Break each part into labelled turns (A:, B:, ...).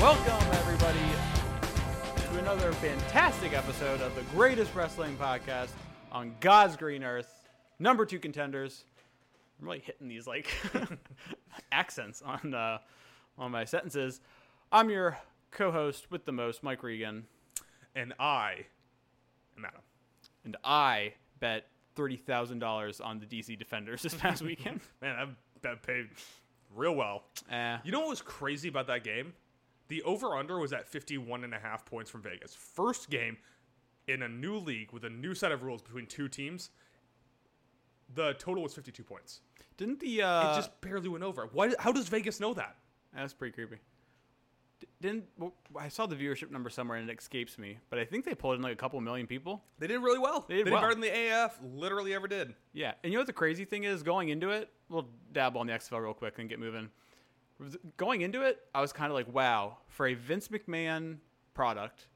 A: Welcome, everybody, to another fantastic episode of the greatest wrestling podcast on God's green earth. Number two contenders. I'm really hitting these like accents on uh, on my sentences. I'm your co-host with the most, Mike Regan,
B: and I am Adam.
A: and I bet thirty thousand dollars on the DC Defenders this past weekend.
B: Man, I've been paid real well.
A: Eh.
B: You know what was crazy about that game? The over under was at 51 and a half points from Vegas. First game in a new league with a new set of rules between two teams. The total was 52 points.
A: Didn't the uh,
B: it just barely went over. Why, how does Vegas know that?
A: That's pretty creepy. D- Didn't well, I saw the viewership number somewhere and it escapes me, but I think they pulled in like a couple million people.
B: They did really well. They
A: did well.
B: better than the AF literally ever did.
A: Yeah, and you know what the crazy thing is? Going into it, we'll dab on the XFL real quick and get moving. Was- Going into it, I was kind of like, wow, for a Vince McMahon product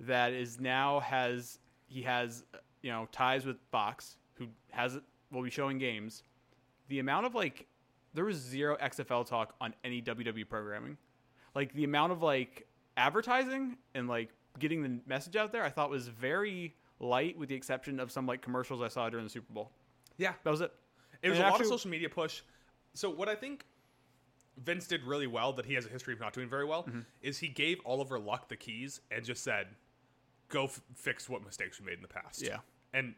A: that is now has he has uh, you know ties with Fox, who has will be showing games. The amount of like there was zero XFL talk on any WWE programming. Like the amount of like advertising and like getting the message out there, I thought was very light, with the exception of some like commercials I saw during the Super Bowl.
B: Yeah.
A: That was it.
B: It was
A: And
B: a lot of
A: actually-
B: social media push. So what I think Vince did really well that he has a history of not doing very well is he gave Oliver Luck the keys and just said, "Go f- fix what mistakes we made in the past."
A: Yeah.
B: and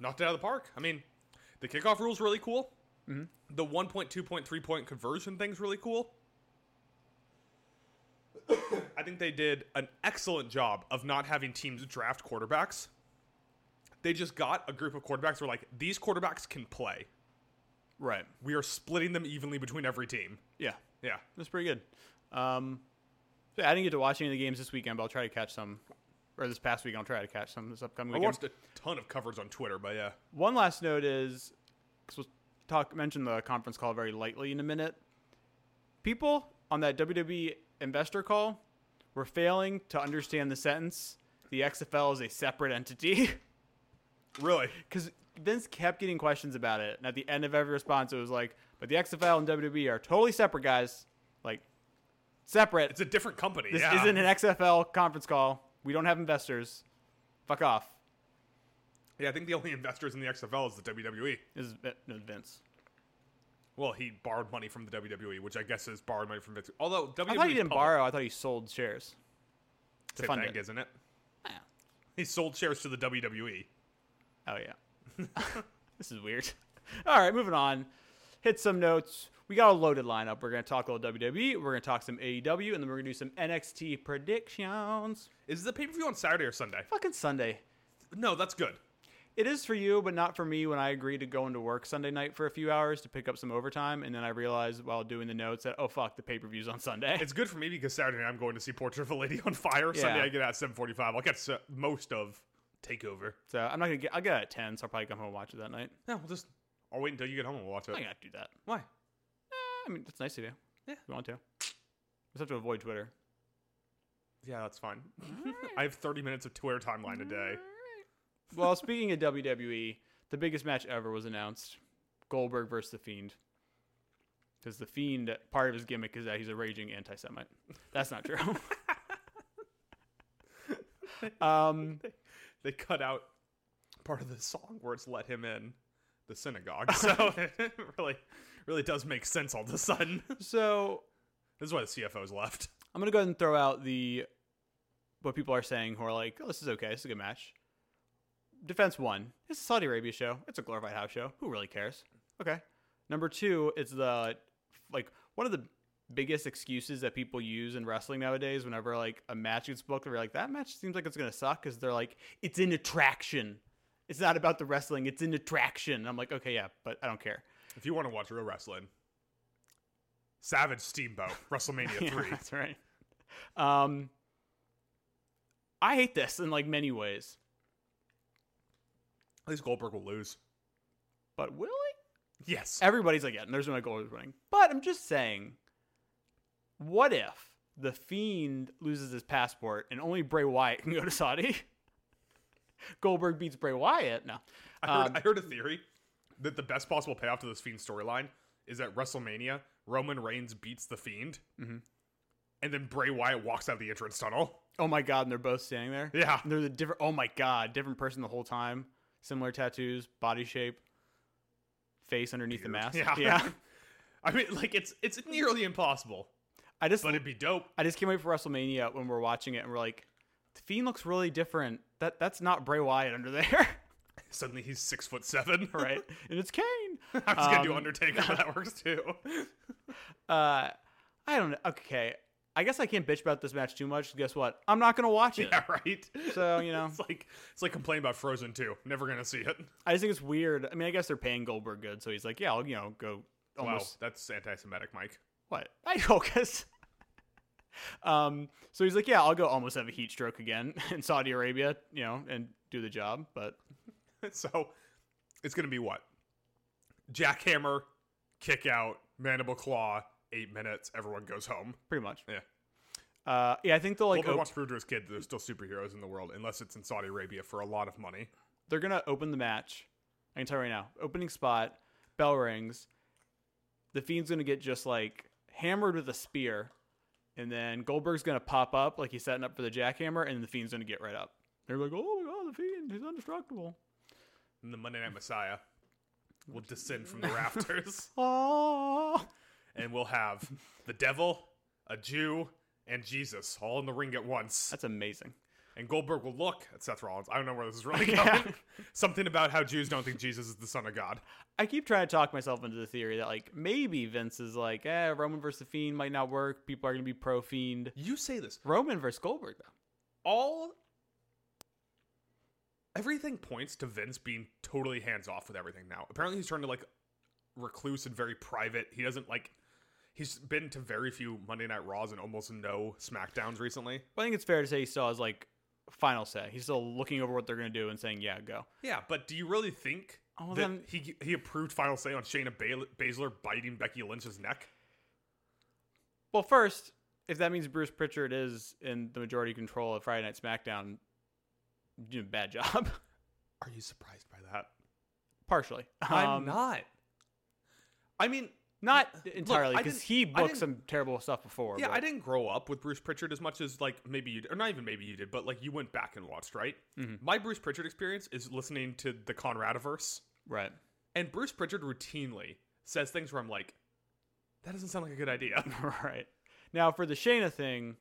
B: knocked it out of the park. I mean, the kickoff rule's really cool. The one point two point three point conversion thing's really cool. I think they did an excellent job of not having teams draft quarterbacks. They just got a group of quarterbacks who are like, these quarterbacks can play
A: Right.
B: we are splitting them evenly between every team.
A: Yeah.
B: Yeah.
A: That's pretty good. Um, so yeah, I didn't get to watch any of the games this weekend, but I'll try to catch some. Or this past week, I'll try to catch some this upcoming
B: I
A: weekend.
B: watched a ton of covers on Twitter, but yeah.
A: One last note is, because we'll talk mention the conference call very lightly in a minute. People on that WWE investor call were failing to understand the sentence. The XFL is a separate entity.
B: Really?
A: because Vince kept getting questions about it, and at the end of every response, it was like, "But the XFL and WWE are totally separate, guys. Like, separate.
B: It's a different company.
A: this
B: yeah.
A: isn't an XFL conference call. We don't have investors. Fuck off."
B: Yeah, I think the only investors in the XFL is the WWE.
A: This is Vin- no, Vince.
B: Well, he borrowed money from the WWE, which I guess is borrowed money from Vince. Although E WWE
A: I thought he didn't borrow. I thought he sold shares.
B: to
A: fund it.
B: isn't it? He sold shares to the E. WWE.
A: Oh yeah. this is weird. All right, moving on. Hit some notes. We got a loaded lineup. We're gonna talk a little WWE. We're gonna talk some AEW, and then we're gonna do some NXT predictions.
B: Is the pay per view on Saturday or Sunday?
A: Fucking Sunday.
B: No, that's good.
A: It is for you, but not for me when I agree to go into work Sunday night for a few hours to pick up some overtime. And then I realize while doing the notes that, oh, fuck, the pay per view's on Sunday.
B: It's good for me because Saturday I'm going to see Portrait of a Lady on Fire. Sunday
A: Yeah.
B: I get out at 7:45. I'll catch uh, most of Takeover.
A: so I'm not going to get, I'll get out at 10, so I'll probably come home and watch it that night.
B: Yeah, we'll just. I'll wait until you get home and we'll watch it.
A: I'm going to do that.
B: Why?
A: Eh, I mean, it's nice to do.
B: Yeah.
A: If you want to. Just have to avoid Twitter.
B: Yeah, that's fine. I have 30 minutes of Twitter timeline a day.
A: well, speaking of WWE, the biggest match ever was announced Goldberg versus The Fiend. Because The Fiend, part of his gimmick is that he's a raging anti Semite. That's not true. um,
B: They cut out part of the song where it's let him in the synagogue. So it really really does make sense all of a sudden.
A: so
B: This is why the CFO's left.
A: I'm gonna go ahead and throw out the what people are saying who are like, oh, this is okay, this is a good match. Defense one, it's a Saudi Arabia show. It's a glorified house show. Who really cares? Okay. Number two is the like one of the biggest excuses that people use in wrestling nowadays. Whenever like a match gets booked, they're like, that match seems like it's gonna suck because they're like, it's an attraction. It's not about the wrestling. It's an attraction. And I'm like, okay, yeah, but I don't care.
B: If you want to watch real wrestling, Savage Steamboat, WrestleMania 3.
A: Yeah, that's right. Um, I hate this in like many ways,
B: At least Goldberg will lose.
A: but will he?
B: Yes.
A: Everybody's like, yeah, there's no goal winning. But I'm just saying, what if the Fiend loses his passport and only Bray Wyatt can go to Saudi? Goldberg beats Bray Wyatt. No, Um,
B: I heard, I heard a theory that the best possible payoff to this Fiend storyline is that WrestleMania, Roman Reigns beats the Fiend, and then Bray Wyatt walks out of the entrance tunnel.
A: Oh my god, and they're both standing there.
B: Yeah.
A: And they're the different. Oh my god, different person the whole time. Similar tattoos, body shape, face underneath the mask.
B: Yeah. I mean, like it's it's nearly impossible,
A: I just
B: but it'd be dope.
A: I just can't wait for WrestleMania when we're watching it and we're like, the Fiend looks really different. That that's not Bray Wyatt under there,
B: Suddenly he's six foot seven.
A: right? and it's Kane.
B: I was gonna do
A: Um,
B: Undertaker, but that works too.
A: Uh, I don't know. Okay, I guess I can't bitch about this match too much. Guess what? I'm not gonna watch it.
B: Yeah, right.
A: So you know,
B: It's like it's like complaining about Frozen too. Never gonna see it.
A: I just think it's weird. I mean, I guess they're paying Goldberg good, so he's like, yeah, I'll you know go almost
B: Wow, that's anti-Semitic, Mike.
A: What? I focus. um, so he's like, yeah, I'll go almost have a heat stroke again in Saudi Arabia, you know, and do the job. But
B: So it's gonna be what? Jackhammer, kick out, mandible claw, eight minutes. Everyone goes home.
A: pretty much.
B: Yeah.
A: Uh, yeah, I think they'll like
B: Well,
A: op-
B: watch Bruder's Kid. There's still superheroes in the world, unless it's in Saudi Arabia for a lot of money.
A: they're gonna open the match. I can tell you right now. Opening spot, bell rings. The fiend's gonna get just like hammered with a spear, and then Goldberg's gonna pop up like he's setting up for the jackhammer, and the fiend's gonna get right up. They're like, oh my god, the fiend, he's indestructible.
B: And the Monday Night Messiah will descend from the rafters,
A: Oh.
B: and we'll have the devil, a Jew, and Jesus all in the ring at once.
A: That's amazing.
B: And Goldberg will look at Seth Rollins. I don't know where this is really going.
A: Yeah.
B: Something about how Jews don't think Jesus is the Son of God.
A: I keep trying to talk myself into the theory that like maybe Vince is like, eh, Roman versus the Fiend might not work. People are gonna be pro Fiend.
B: You say this.
A: Roman versus Goldberg though.
B: all everything points to Vince being totally hands off with everything now. Apparently he's turned to like recluse and very private. He doesn't like he's been to very few Monday Night Raws and almost no SmackDowns recently.
A: But I think it's fair to say he still has like final say. He's still looking over what they're gonna do and saying, yeah, go.
B: Yeah, but do you really think
A: Oh,
B: that
A: then-
B: he he approved final say on Shayna Bal- Baszler biting Becky Lynch's neck?
A: Well, first, if that means Bruce Pritchard is in the majority control of Friday Night SmackDown, you know, bad job.
B: Are you surprised by that?
A: Partially, Um,
B: not. I mean,
A: not
B: Look,
A: entirely
B: I
A: because
B: didn't-
A: he
B: I
A: booked
B: didn't-
A: some terrible stuff before.
B: Yeah,
A: but-
B: I didn't grow up with Bruce Pritchard as much as like maybe you, or not even maybe you did, but like you went back and watched, right?
A: Mm-hmm.
B: My Bruce Pritchard experience is listening to the Conradiverse,
A: right.
B: and Bruce Pritchard routinely says things where I'm like, that doesn't sound like a good idea.
A: right. Now for the Shayna thing,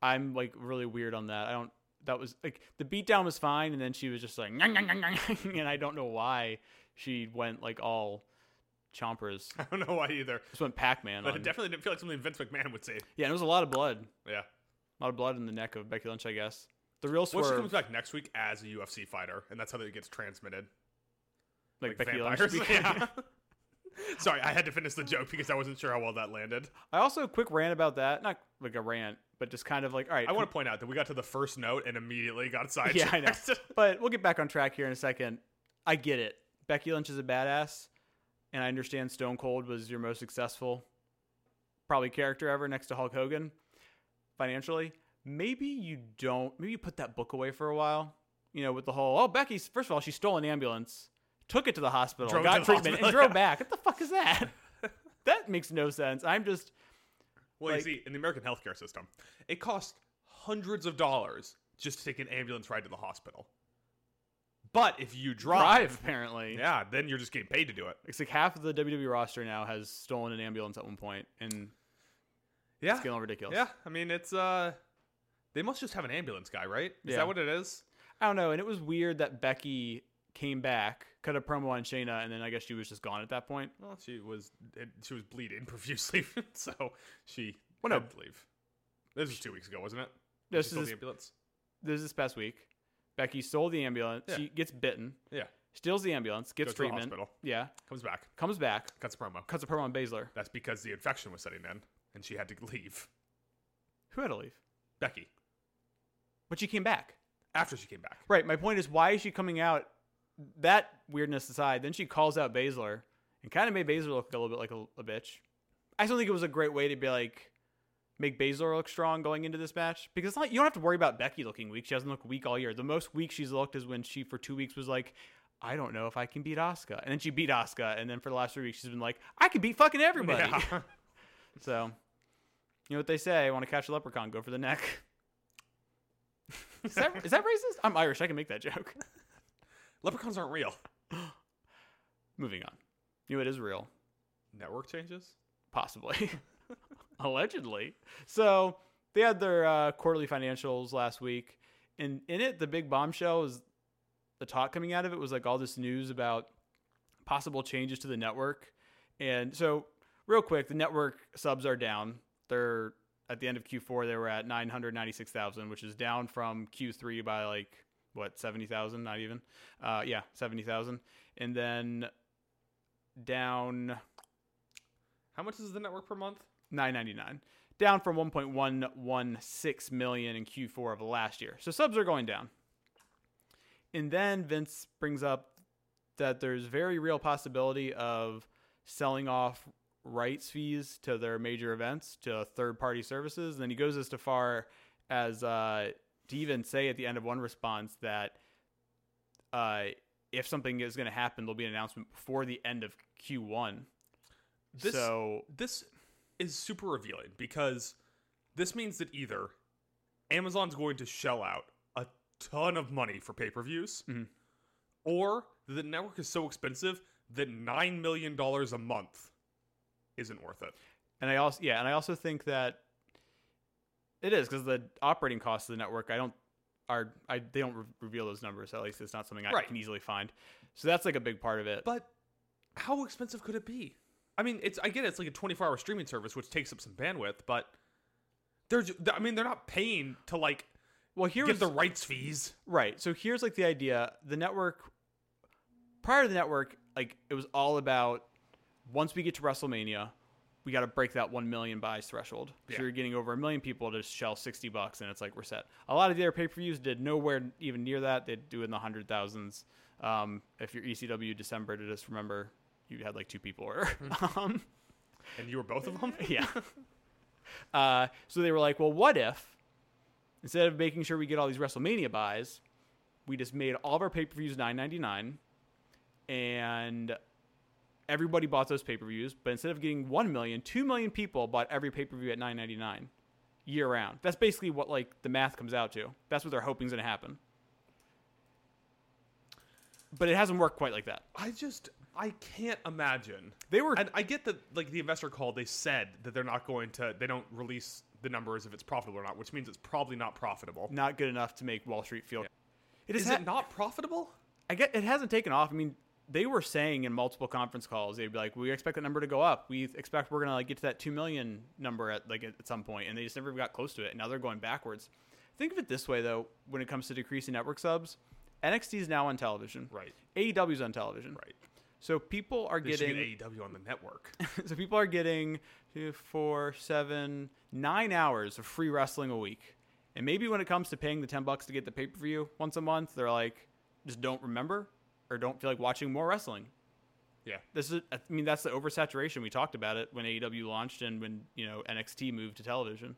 A: I'm like really weird on that. I don't. That was like the beatdown was fine, and then she was just like, "Nyang, nyang, nyang, nyang," and I don't know why she went like all chompers.
B: I don't know why either,
A: Just went Pac Man.
B: but it definitely didn't feel like something Vince McMahon would say.
A: Yeah, and it was a lot of blood.
B: Yeah.
A: A lot of blood in the neck of Becky Lynch, I guess. The real
B: Well, she
A: swerve,
B: comes back next week as a UFC fighter, and that's how that it gets transmitted.
A: like, Becky
B: vampires.
A: Lynch.
B: Yeah. Sorry, I had to finish the joke because I wasn't sure how well that landed.
A: I also quick rant about that. Not like a rant, but just kind of like, all right,
B: I want to point out that we got to the first note and immediately got sidetracked.
A: Yeah, I know. But we'll get back on track here in a second. I get it. Becky Lynch is a badass, and I understand Stone Cold was your most successful, probably character ever next to Hulk Hogan, financially. Maybe you don't. Maybe you put that book away for a while. You know, with the whole oh Becky's. First of all, she stole an ambulance, took it to the hospital,
B: Drove it to
A: got
B: the
A: treatment,
B: hospital,
A: and drove
B: yeah.
A: back. What the fuck is that? that makes no sense. I'm just
B: Well,
A: Like-
B: you see, in the American healthcare system, it costs hundreds of dollars just to take an ambulance ride to the hospital. But if you drive,
A: drive apparently.
B: yeah, then you're just getting paid to do it.
A: It's like half of the WWE roster now has stolen an ambulance at one point, and
B: Yeah,
A: it's getting ridiculous.
B: yeah. I mean, it's uh, they must just have an ambulance guy, right? Is
A: Yeah.
B: that what it is?
A: I don't know. And it was weird that Becky came back, cut a promo on Shayna, and then I guess she was just gone at that point.
B: Well, she was it, she was bleeding profusely, so she
A: Well, no.
B: had to leave. This was two weeks ago, wasn't it?
A: This
B: she stole
A: is-
B: the ambulance.
A: This is this past week. Becky stole the ambulance.
B: Yeah.
A: She gets bitten,
B: Yeah,
A: steals the ambulance, gets
B: goes to the
A: treatment.
B: hospital,
A: Yeah.
B: comes back,
A: Comes back,
B: cuts a promo.
A: cuts a promo on Baszler.
B: That's because the infection was setting in, and she had to leave.
A: Who had to leave?
B: Becky,
A: But she came back.
B: after she came back.
A: Right. My point is, why is she coming out? That weirdness aside, then she calls out Baszler and kind of made Baszler look a little bit like a, a bitch. I still think it was a great way to be like, make Baszler look strong going into this match because it's not, you don't have to worry about Becky looking weak. She hasn't looked weak all year. The most weak she's looked is when she, for two weeks, was like, I don't know if I can beat Asuka. And then she beat Asuka. And then for the last three weeks, she's been like, I can beat fucking everybody.
B: Yeah.
A: So You know what they say? Want to catch a leprechaun? Go for the neck. is, that, is that racist? I'm Irish. I can make that joke.
B: Leprechauns aren't real.
A: Moving on. You know it is real,
B: Network changes.
A: possibly, allegedly. So they had their uh, quarterly financials last week, and in it, the big bombshell is the talk coming out of it was like all this news about possible changes to the network. And so, real quick, the network subs are down. They're at the end of Q4, they were at 996,000, which is down from Q3 by like what 70,000, not even. Uh, yeah, 70,000. And then down
B: How much is the network per month?
A: 999 down from 1.116 million in q4 of last year so subs are going down and then vince brings up that there's very real possibility of selling off rights fees to their major events to third party services and then he goes as to far as uh, to even say at the end of one response that uh, if something is going to happen there'll be an announcement before the end of q1
B: This-
A: so
B: This is super revealing because this means that either Amazon's going to shell out a ton of money for pay per views,
A: Mhm.
B: or the network is so expensive that $9 million a month isn't worth it.
A: And I also yeah, and I also think that it is because the operating costs of the network I don't are I they don't re- reveal those numbers. At least it's not something I
B: Right.
A: can easily find. So that's like a big part of it.
B: But how expensive could it be? I mean, it's I get it, it's like a 24 hour streaming service, which takes up some bandwidth, but they're ju- I mean, they're not paying to like
A: well, here
B: get
A: was
B: the rights fees.
A: right. So here's like the idea: the network prior to the network, like it was all about once we get to WrestleMania, we got to break that one million buys threshold.
B: Yeah.
A: So you're getting over a million people to shell sixty bucks, and it's like we're set. A lot of the other pay per views did nowhere even near that. They do it in the hundred thousands. Um, if you're ECW December, to just remember you had like two people order. um,
B: And you were both of them?
A: yeah. uh, so they were like, well, what if instead of making sure we get all these WrestleMania buys, we just made all of our pay per views nine ninety nine, and everybody bought those pay per views. But instead of getting 1 million, 2 million people bought every pay per view at nine ninety nine year round. That's basically what like the math comes out to. That's what they're hoping is going to happen. But it hasn't worked quite like that.
B: I just I can't imagine.
A: They were
B: And I get that like the investor call, they said that they're not going to they don't release the numbers if it's profitable or not, which means it's probably not profitable.
A: not good enough to make Wall Street feel. It
B: Is
A: ha-
B: it not profitable?
A: I get it hasn't taken off. I mean, they were saying in multiple conference calls, they'd be like, "We expect that number to go up. We expect we're gonna like get to that two million number at like at some point," and they just never got close to it. And now they're going backwards. Think of it this way, though, when it comes to decreasing network subs, NXT is now on television.
B: Right.
A: AEW's on television.
B: Right.
A: So people are
B: They should
A: getting
B: get AEW E on the network.
A: so people are getting two, four, seven, nine hours of free wrestling a week. And maybe when it comes to paying the ten bucks to get the pay per view once a month, they're like, just don't remember or don't feel like watching more wrestling.
B: yeah.
A: This is, I mean, that's the oversaturation we talked about it when AEW launched and when you know NXT moved to television.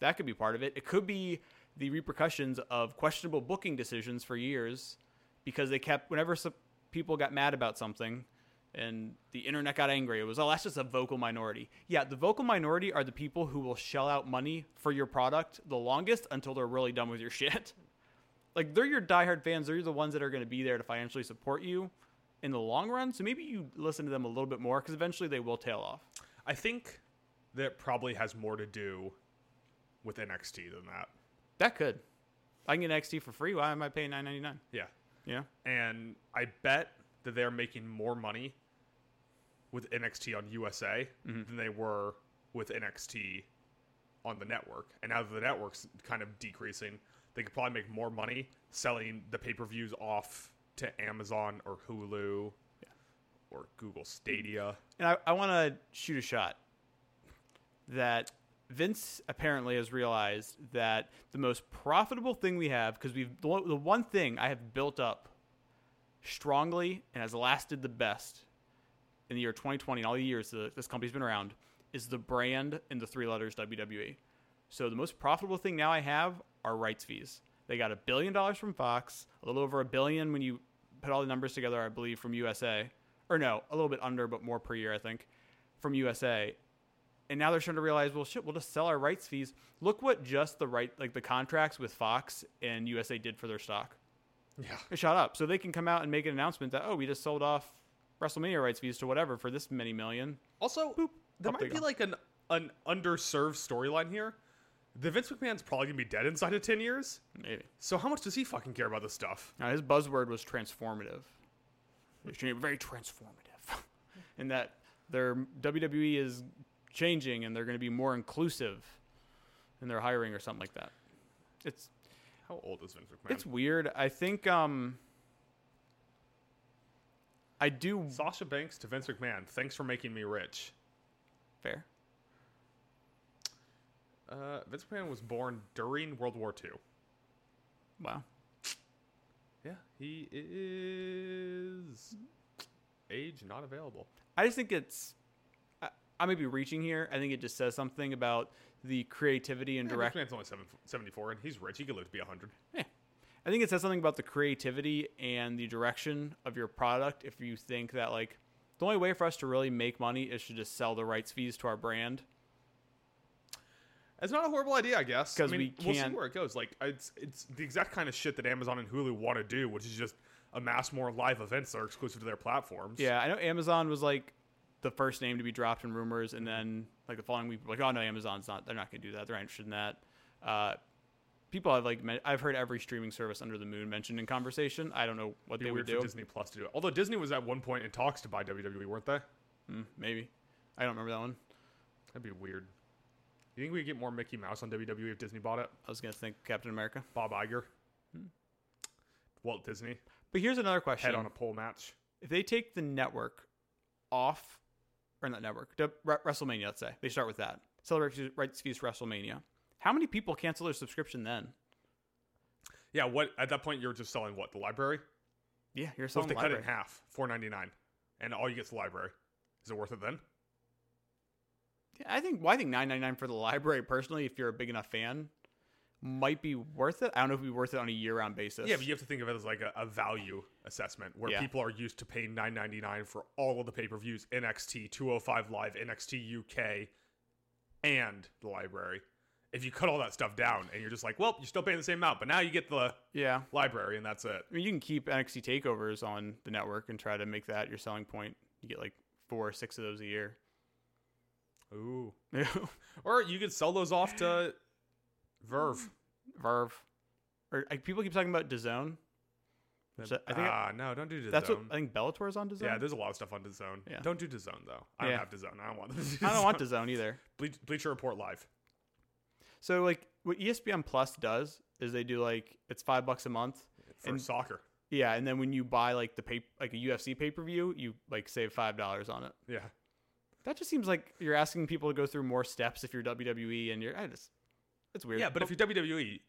A: That could be part of it. It could be the repercussions of questionable booking decisions for years because they kept whenever some people got mad about something and the internet got angry it was oh that's just a vocal minority yeah the vocal minority are the people who will shell out money for your product the longest until they're really done with your shit like they're your diehard fans they're the ones that are going to be there to financially support you in the long run so maybe you listen to them a little bit more because eventually they will tail off
B: I think that probably has more to do with NXT than that.
A: that could i can get nxt for free why am i paying 999
B: Yeah.
A: yeah
B: And I bet that they're making more money with NXT on USA than they were with NXT on the network. And now that the network's kind of decreasing, they could probably make more money selling the pay per views off to Amazon or Hulu or Google Stadia.
A: and I, I want to shoot a shot that Vince apparently has realized that the most profitable thing we have, because we've the one- the one thing I have built up strongly and has lasted the best in the year 2020 and all the years that this company's been around, is the brand and the three letters E. WWE. So the most profitable thing now I have are rights fees. They got a billion dollars from Fox, a little over a billion when you put all the numbers together, I believe, from USA. Or no, a little bit under, but more per year, I think, from USA. And now they're starting to realize, well, shit, we'll just sell our rights fees. Look what just the right, like the contracts with Fox and USA did for their stock.
B: Mm. Yeah.
A: It shot up. So they can come out and make an announcement that, oh, we just sold off WrestleMania rights fees to whatever for this many million.
B: Also, there
A: Up
B: might
A: they
B: be
A: go.
B: like an an underserved storyline here. The Vince McMahon's probably gonna be dead inside of ten years.
A: Maybe.
B: So how much does he fucking care about this stuff?
A: Now, his buzzword was transformative. It's gonna be very transformative. in that their WWE is changing and they're going to be more inclusive in their hiring or something like that. It's
B: How old is Vince McMahon?
A: it's weird. I think um I do
B: Sasha Banks to Vince McMahon. Thanks for making me rich.
A: fair.
B: Uh, Vince McMahon was born during World War II.
A: Wow.
B: Yeah, he is age not available.
A: I just think it's I, I may be reaching here. I think it just says something about the creativity and
B: Yeah,
A: direct
B: Vince McMahon's only seven, 74 and he's rich. He could live to be hundred.
A: Yeah. I think it says something about the creativity and the direction of your product if you think that like the only way for us to really make money is to just sell the rights fees to our brand.
B: It's not a horrible idea, I guess.
A: 'Cause
B: I mean,
A: we
B: We'll
A: can't-
B: see where it goes. Like it's it's the exact kind of shit that Amazon and Hulu want to do, which is just amass more live events that are exclusive to their platforms.
A: Yeah, I know Amazon was like the first name to be dropped in rumors and then like the following week like oh no Amazon's not they're not going to do that. They're not interested in that. Uh people have like men- I've heard every streaming service under the moon mentioned in conversation. I don't know what
B: It'd
A: they
B: be
A: would
B: weird
A: do.
B: for Disney Plus to do it. Although Disney was at one point in talks to buy WWE, weren't they?
A: Mm, maybe. I don't remember that one.
B: That'd be weird. You think we could get more Mickey Mouse on WWE if Disney bought it?
A: I was going to think Captain America.
B: Bob Iger,
A: Hmm.
B: Walt Disney,
A: But here's another question.
B: head on a pole match.
A: if they take the network off, or not network, the Re- WrestleMania, let's say, they start with that. Celebrate fees- rights fees for WrestleMania. How many people cancel their subscription then?
B: Yeah, what at that point you're just selling what the library?
A: Yeah, you're
B: So if
A: selling
B: they
A: library.
B: cut it in half, four ninety nine, and all you get is the library, is it worth it then?
A: Yeah, I think. Well, I think nine ninety nine for the library personally, if you're a big enough fan, might be worth it. I don't know if it'd be worth it on a year round basis.
B: Yeah, but you have to think of it as like a, a value assessment where
A: Yeah.
B: people are used to paying nine ninety nine for all of the pay per views, NXT, two oh five live, NXT UK, and the library. If you cut all that stuff down and you're just like, well, you're still paying the same amount, but now you get the
A: yeah.
B: library and that's it.
A: I mean, you can keep NXT takeovers on the network and try to make that your selling point. You get like four or six of those a year.
B: Ooh. Or you could sell those off to Verve.
A: Verve, or like, people keep talking about DAZN. Which I I think
B: ah, no, don't do DAZN.
A: That's what I think Bellator's on DAZN.
B: yeah, there's a lot of stuff on DAZN.
A: Yeah.
B: Don't do DAZN though. I don't
A: Yeah.
B: have DAZN. I don't want them. To do
A: I don't want
B: DAZN.
A: DAZN either.
B: Ble- Bleacher Report live.
A: So like what E ESPN Plus does is they do like it's five bucks a month.
B: for
A: And-
B: soccer.
A: Yeah, and then when you buy like the pay like a UFC pay per view, you like save five dollars on it.
B: Yeah.
A: That just seems like you're asking people to go through more steps if you're WWE and you're I just it's weird.
B: Yeah, but if you're WWE,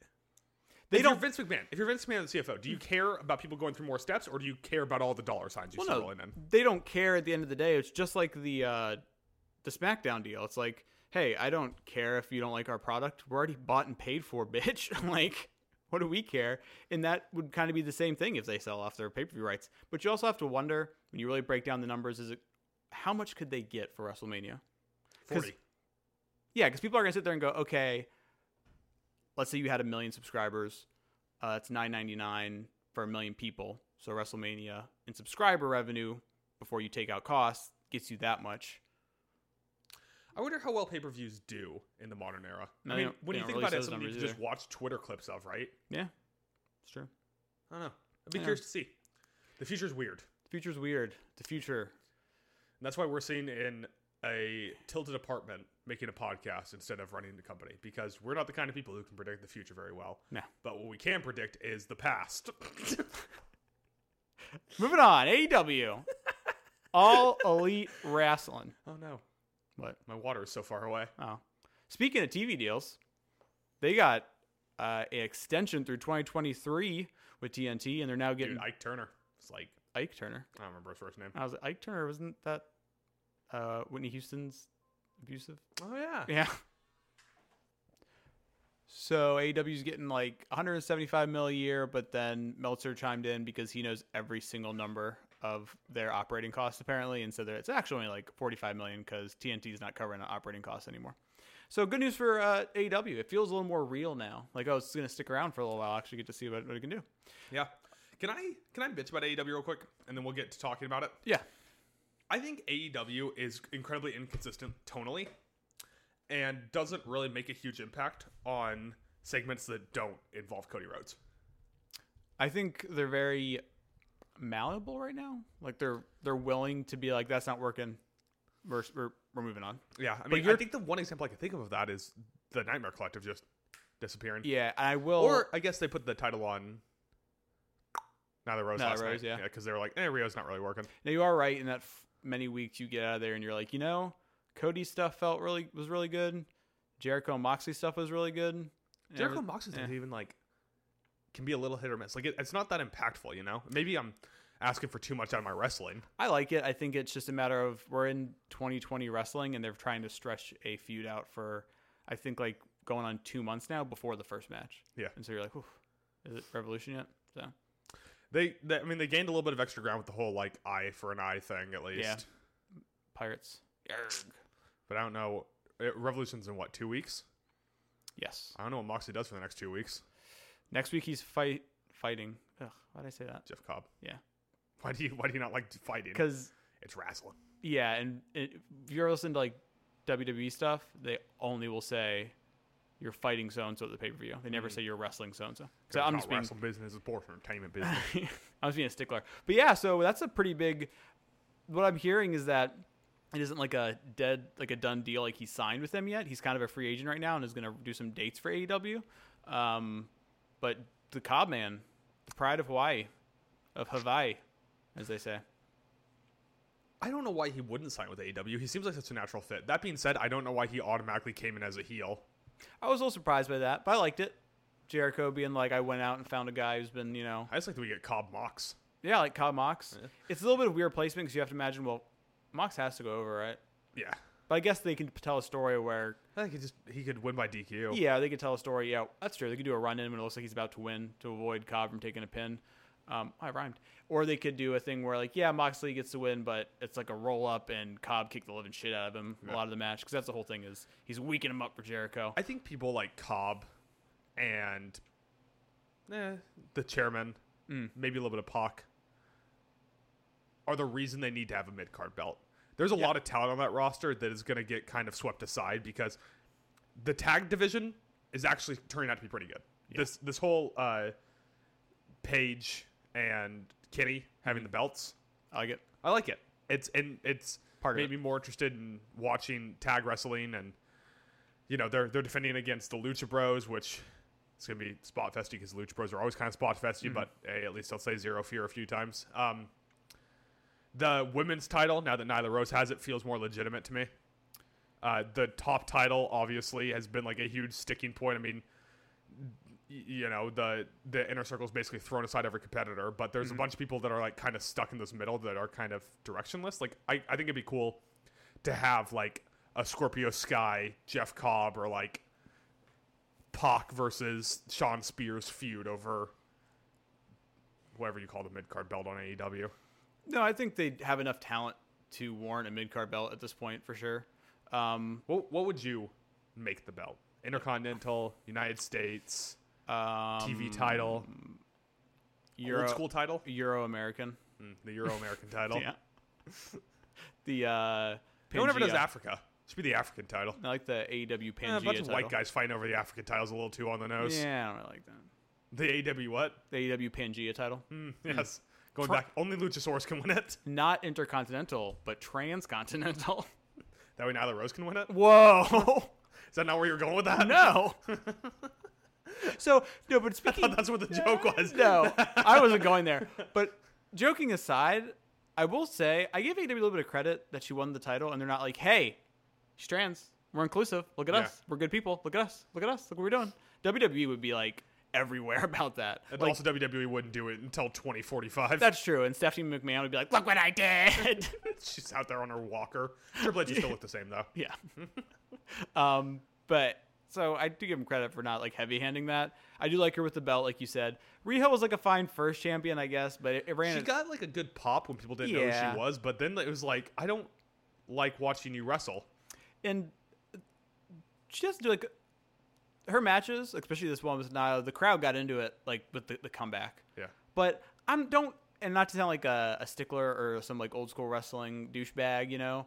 A: they
B: if
A: don't
B: You're Vince McMahon, if you're Vince McMahon, the CFO, do you care about people going through more steps, or do you care about all the dollar signs you
A: Well,
B: see
A: no.
B: rolling in?
A: they don't care at the end of the day. It's just like the uh, the SmackDown deal. It's like, hey, I don't care if you don't like our product. We're already bought and paid for, bitch. like, what do we care? And that would kind of be the same thing if they sell off their pay per view rights. But you also have to wonder when you really break down the numbers: is it how much could they get for WrestleMania? 'Cause-
B: Forty.
A: Yeah, because people are gonna sit there and go, okay, let's say you had a million subscribers, uh, it's nine ninety nine for a million people. So WrestleMania in subscriber revenue before you take out costs gets you that much.
B: I wonder how well pay per views do in the modern era.
A: No,
B: I
A: they
B: mean,
A: don't-
B: when
A: they
B: you
A: don't
B: think
A: release
B: about it,
A: those
B: something you
A: numbers
B: can just
A: either.
B: watch Twitter clips of, right?
A: Yeah, it's true.
B: I don't know. I'd be
A: Yeah.
B: curious to see. The future's weird.
A: The future's weird. The future.
B: And that's why we're seen in a tilted apartment making a podcast instead of running the company because we're not the kind of people who can predict the future very well.
A: No.
B: But what we can predict is the past.
A: Moving on. AEW. All elite wrestling.
B: oh no.
A: What?
B: My water is so far away.
A: Oh. Speaking of TV deals, they got uh, an extension through 2023 with TNT, and they're now getting
B: Dude, Ike Turner. It's like
A: Ike Turner.
B: I don't remember his first name.
A: I was like, Ike Turner wasn't that uh, Whitney Houston's abusive?
B: Oh yeah.
A: Yeah. So AEW's getting like 175 mil a year, but then Meltzer chimed in because he knows every single number uh, of their operating costs apparently, and so there it's actually only like 45 million because TNT is not covering operating costs anymore. So good news for uh, AEW. It feels a little more real now. Like oh, it's gonna stick around for a little while. I'll actually, get to see what, what it can do.
B: Yeah. Can I can I bitch about AEW real quick, and then we'll get to talking about it.
A: Yeah,
B: I think AEW is incredibly inconsistent tonally, and doesn't really make a huge impact on segments that don't involve Cody Rhodes.
A: I think they're very malleable right now. Like they're they're willing to be like that's not working. We're we're, we're moving on.
B: Yeah, I mean, I
A: you're-
B: think the one example I can think of of that is the Nightmare Collective just disappearing.
A: Yeah, and I will.
B: Or I guess they put the title on Neither Rose
A: Nyla
B: last
A: Rose,
B: night.
A: yeah.
B: because they were like, eh, Rio's not really working.
A: now you are right in that f- many weeks you get out of there and you're like, you know, Cody's stuff felt really was really good. Jericho and Moxley stuff was really good.
B: Jericho
A: And-
B: Moxley
A: yeah.
B: doesn't even like can be a little hit or miss. Like it, it's not that impactful, you know. Maybe I'm asking for too much out of my wrestling.
A: I like it. I think it's just a matter of we're in 2020 wrestling and they're trying to stretch a feud out for, I think, like going on two months now before the first match.
B: Yeah.
A: And so you're like, Oof, is it Revolution yet? So
B: They, they, I mean, they gained a little bit of extra ground with the whole like eye for an eye thing, at least.
A: Yeah. Pirates.
B: But I don't know. It, Revolution's in what two weeks?
A: Yes.
B: I don't know what Moxley does for the next two weeks.
A: Next week he's fight fighting. Ugh, why did I say that?
B: Jeff Cobb.
A: Yeah.
B: Why do you Why do you not like fighting?
A: Because
B: It's wrestling.
A: yeah, and it, if you're listening to like WWE stuff, they only will say you're fighting so and so at the pay per view. They never say you're wrestling so and so. So I'm just being
B: wrestling business is sports entertainment business.
A: I was being a stickler. But yeah, so that's a pretty big. What I'm hearing is that it isn't like a dead, like a done deal. Like he's signed with them yet. He's kind of a free agent right now and is going to do some dates for AEW. Um, but the Cobb man, the pride of Hawaii, of Hawaii, as they say.
B: I don't know why he wouldn't sign with AEW. He seems like such a natural fit. That being said, I don't know why he automatically came in as a heel.
A: I was a little surprised by that, but I liked it. Jericho being like, I went out and found a guy who's been, you know,
B: I just like that we get Cobb Mox.
A: yeah, like Cobb Mox. It's a little bit of weird placement because you have to imagine, well, Mox has to go over, right?
B: Yeah,
A: But I guess they can tell a story where
B: I think he just he could win by DQ.
A: Yeah, they could tell a story. Yeah, that's true. They could do a run in when it looks like he's about to win to avoid Cobb from taking a pin. Um, I rhymed. Or they could do a thing where like, yeah, Moxley gets the win, but it's like a roll up and Cobb kicked the living shit out of him a lot of the match because that's the whole thing is he's weakening him up for Jericho.
B: I think people like Cobb and eh, the chairman, maybe a little bit of Pac, are the reason they need to have a mid card belt. There's a lot of talent on that roster that is going to get kind of swept aside because the tag division is actually turning out to be pretty good. This this whole uh, Page and Kenny having the belts,
A: I like it.
B: I like it. It's and it's
A: Part of
B: made
A: it.
B: me more interested in watching tag wrestling and you know they're they're defending against the Lucha Bros, which it's gonna be spot festy because Lucha Bros are always kind of spot
A: Mm-hmm.
B: festy, but hey, at least I'll say zero fear a few times. Um, the women's title now that Nyla Rose has it feels more legitimate to me. Uh, the top title obviously has been like a huge sticking point. I mean, y- you know the the inner circle is basically thrown aside every competitor but there's
A: Mm-hmm.
B: a bunch of people that are like kind of stuck in this middle that are kind of directionless like I, I think it'd be cool to have like a scorpio sky jeff cobb or like Pac versus Sean Spears feud over whatever you call the mid card belt on E AEW.
A: No, I think they have enough talent to warrant a mid card belt at this point for sure. Um,
B: What what would you make the belt? Intercontinental, United States,
A: um,
B: TV title,
A: Euro,
B: old school title,
A: Euro American.
B: Mm, the Euro American title.
A: Yeah. the uh,
B: No one ever does
A: Pangea.
B: Africa. Should be the African title.
A: I like the AEW Pangea
B: Eh, a bunch of white
A: title.
B: guys fighting over the African titles a little too on the nose.
A: Yeah, I don't really like that.
B: The AEW what?
A: The AEW Pangea title.
B: Mm,
A: Hmm.
B: yes. Going back, only Luchasaurus can win it.
A: Not intercontinental, but transcontinental.
B: That way Nyla Rose can win it. Is
A: Whoa.
B: that not where you were going with that?
A: no. so, no, but speaking
B: That's what the joke was.
A: No, I wasn't going there. But joking aside, I will say I gave AEW a little bit of credit that she won the title, and they're not like, "Hey, she's trans. We're inclusive. Look at
B: Yeah.
A: us. We're good people. Look at us. Look at us. Look what we're doing." WWE would be like everywhere about that.
B: And
A: Like,
B: also, WWE wouldn't do it until 2045.
A: that's true. And Stephanie McMahon would be like, "Look what I did."
B: She's out there on her walker. Triple H will still look the same, though.
A: Yeah. um, but So I do give him credit for not like heavy handing that. I do like her with the belt, like you said. Riho was like a fine first champion, I guess, but it, it ran.
B: She
A: it-
B: got like a good pop when people didn't know
A: Yeah.
B: who she was, but then it was like, I don't like watching you wrestle.
A: and she doesn't do like her matches, especially this one with Nia. The crowd got into it like with the, the comeback.
B: Yeah.
A: But I'm don't and not to sound like a, a stickler or some like old school wrestling douchebag, you know,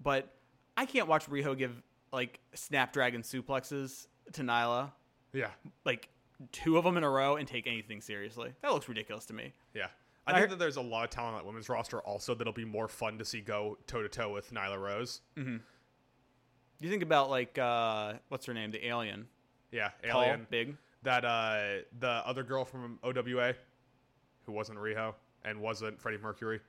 A: but I can't watch Riho give like snapdragon suplexes to Nyla,
B: Yeah.
A: like two of them in a row, and take anything seriously. That looks ridiculous to me.
B: Yeah. I
A: I
B: think
A: heard-
B: that there's a lot of talent on that women's roster also that'll be more fun to see go toe to toe with Nyla Rose.
A: Mm. You think about like uh what's her name, the alien,
B: Yeah.
A: Paul
B: Alien.
A: Big.
B: That uh the other girl from OWA who wasn't Riho and wasn't Freddie Mercury.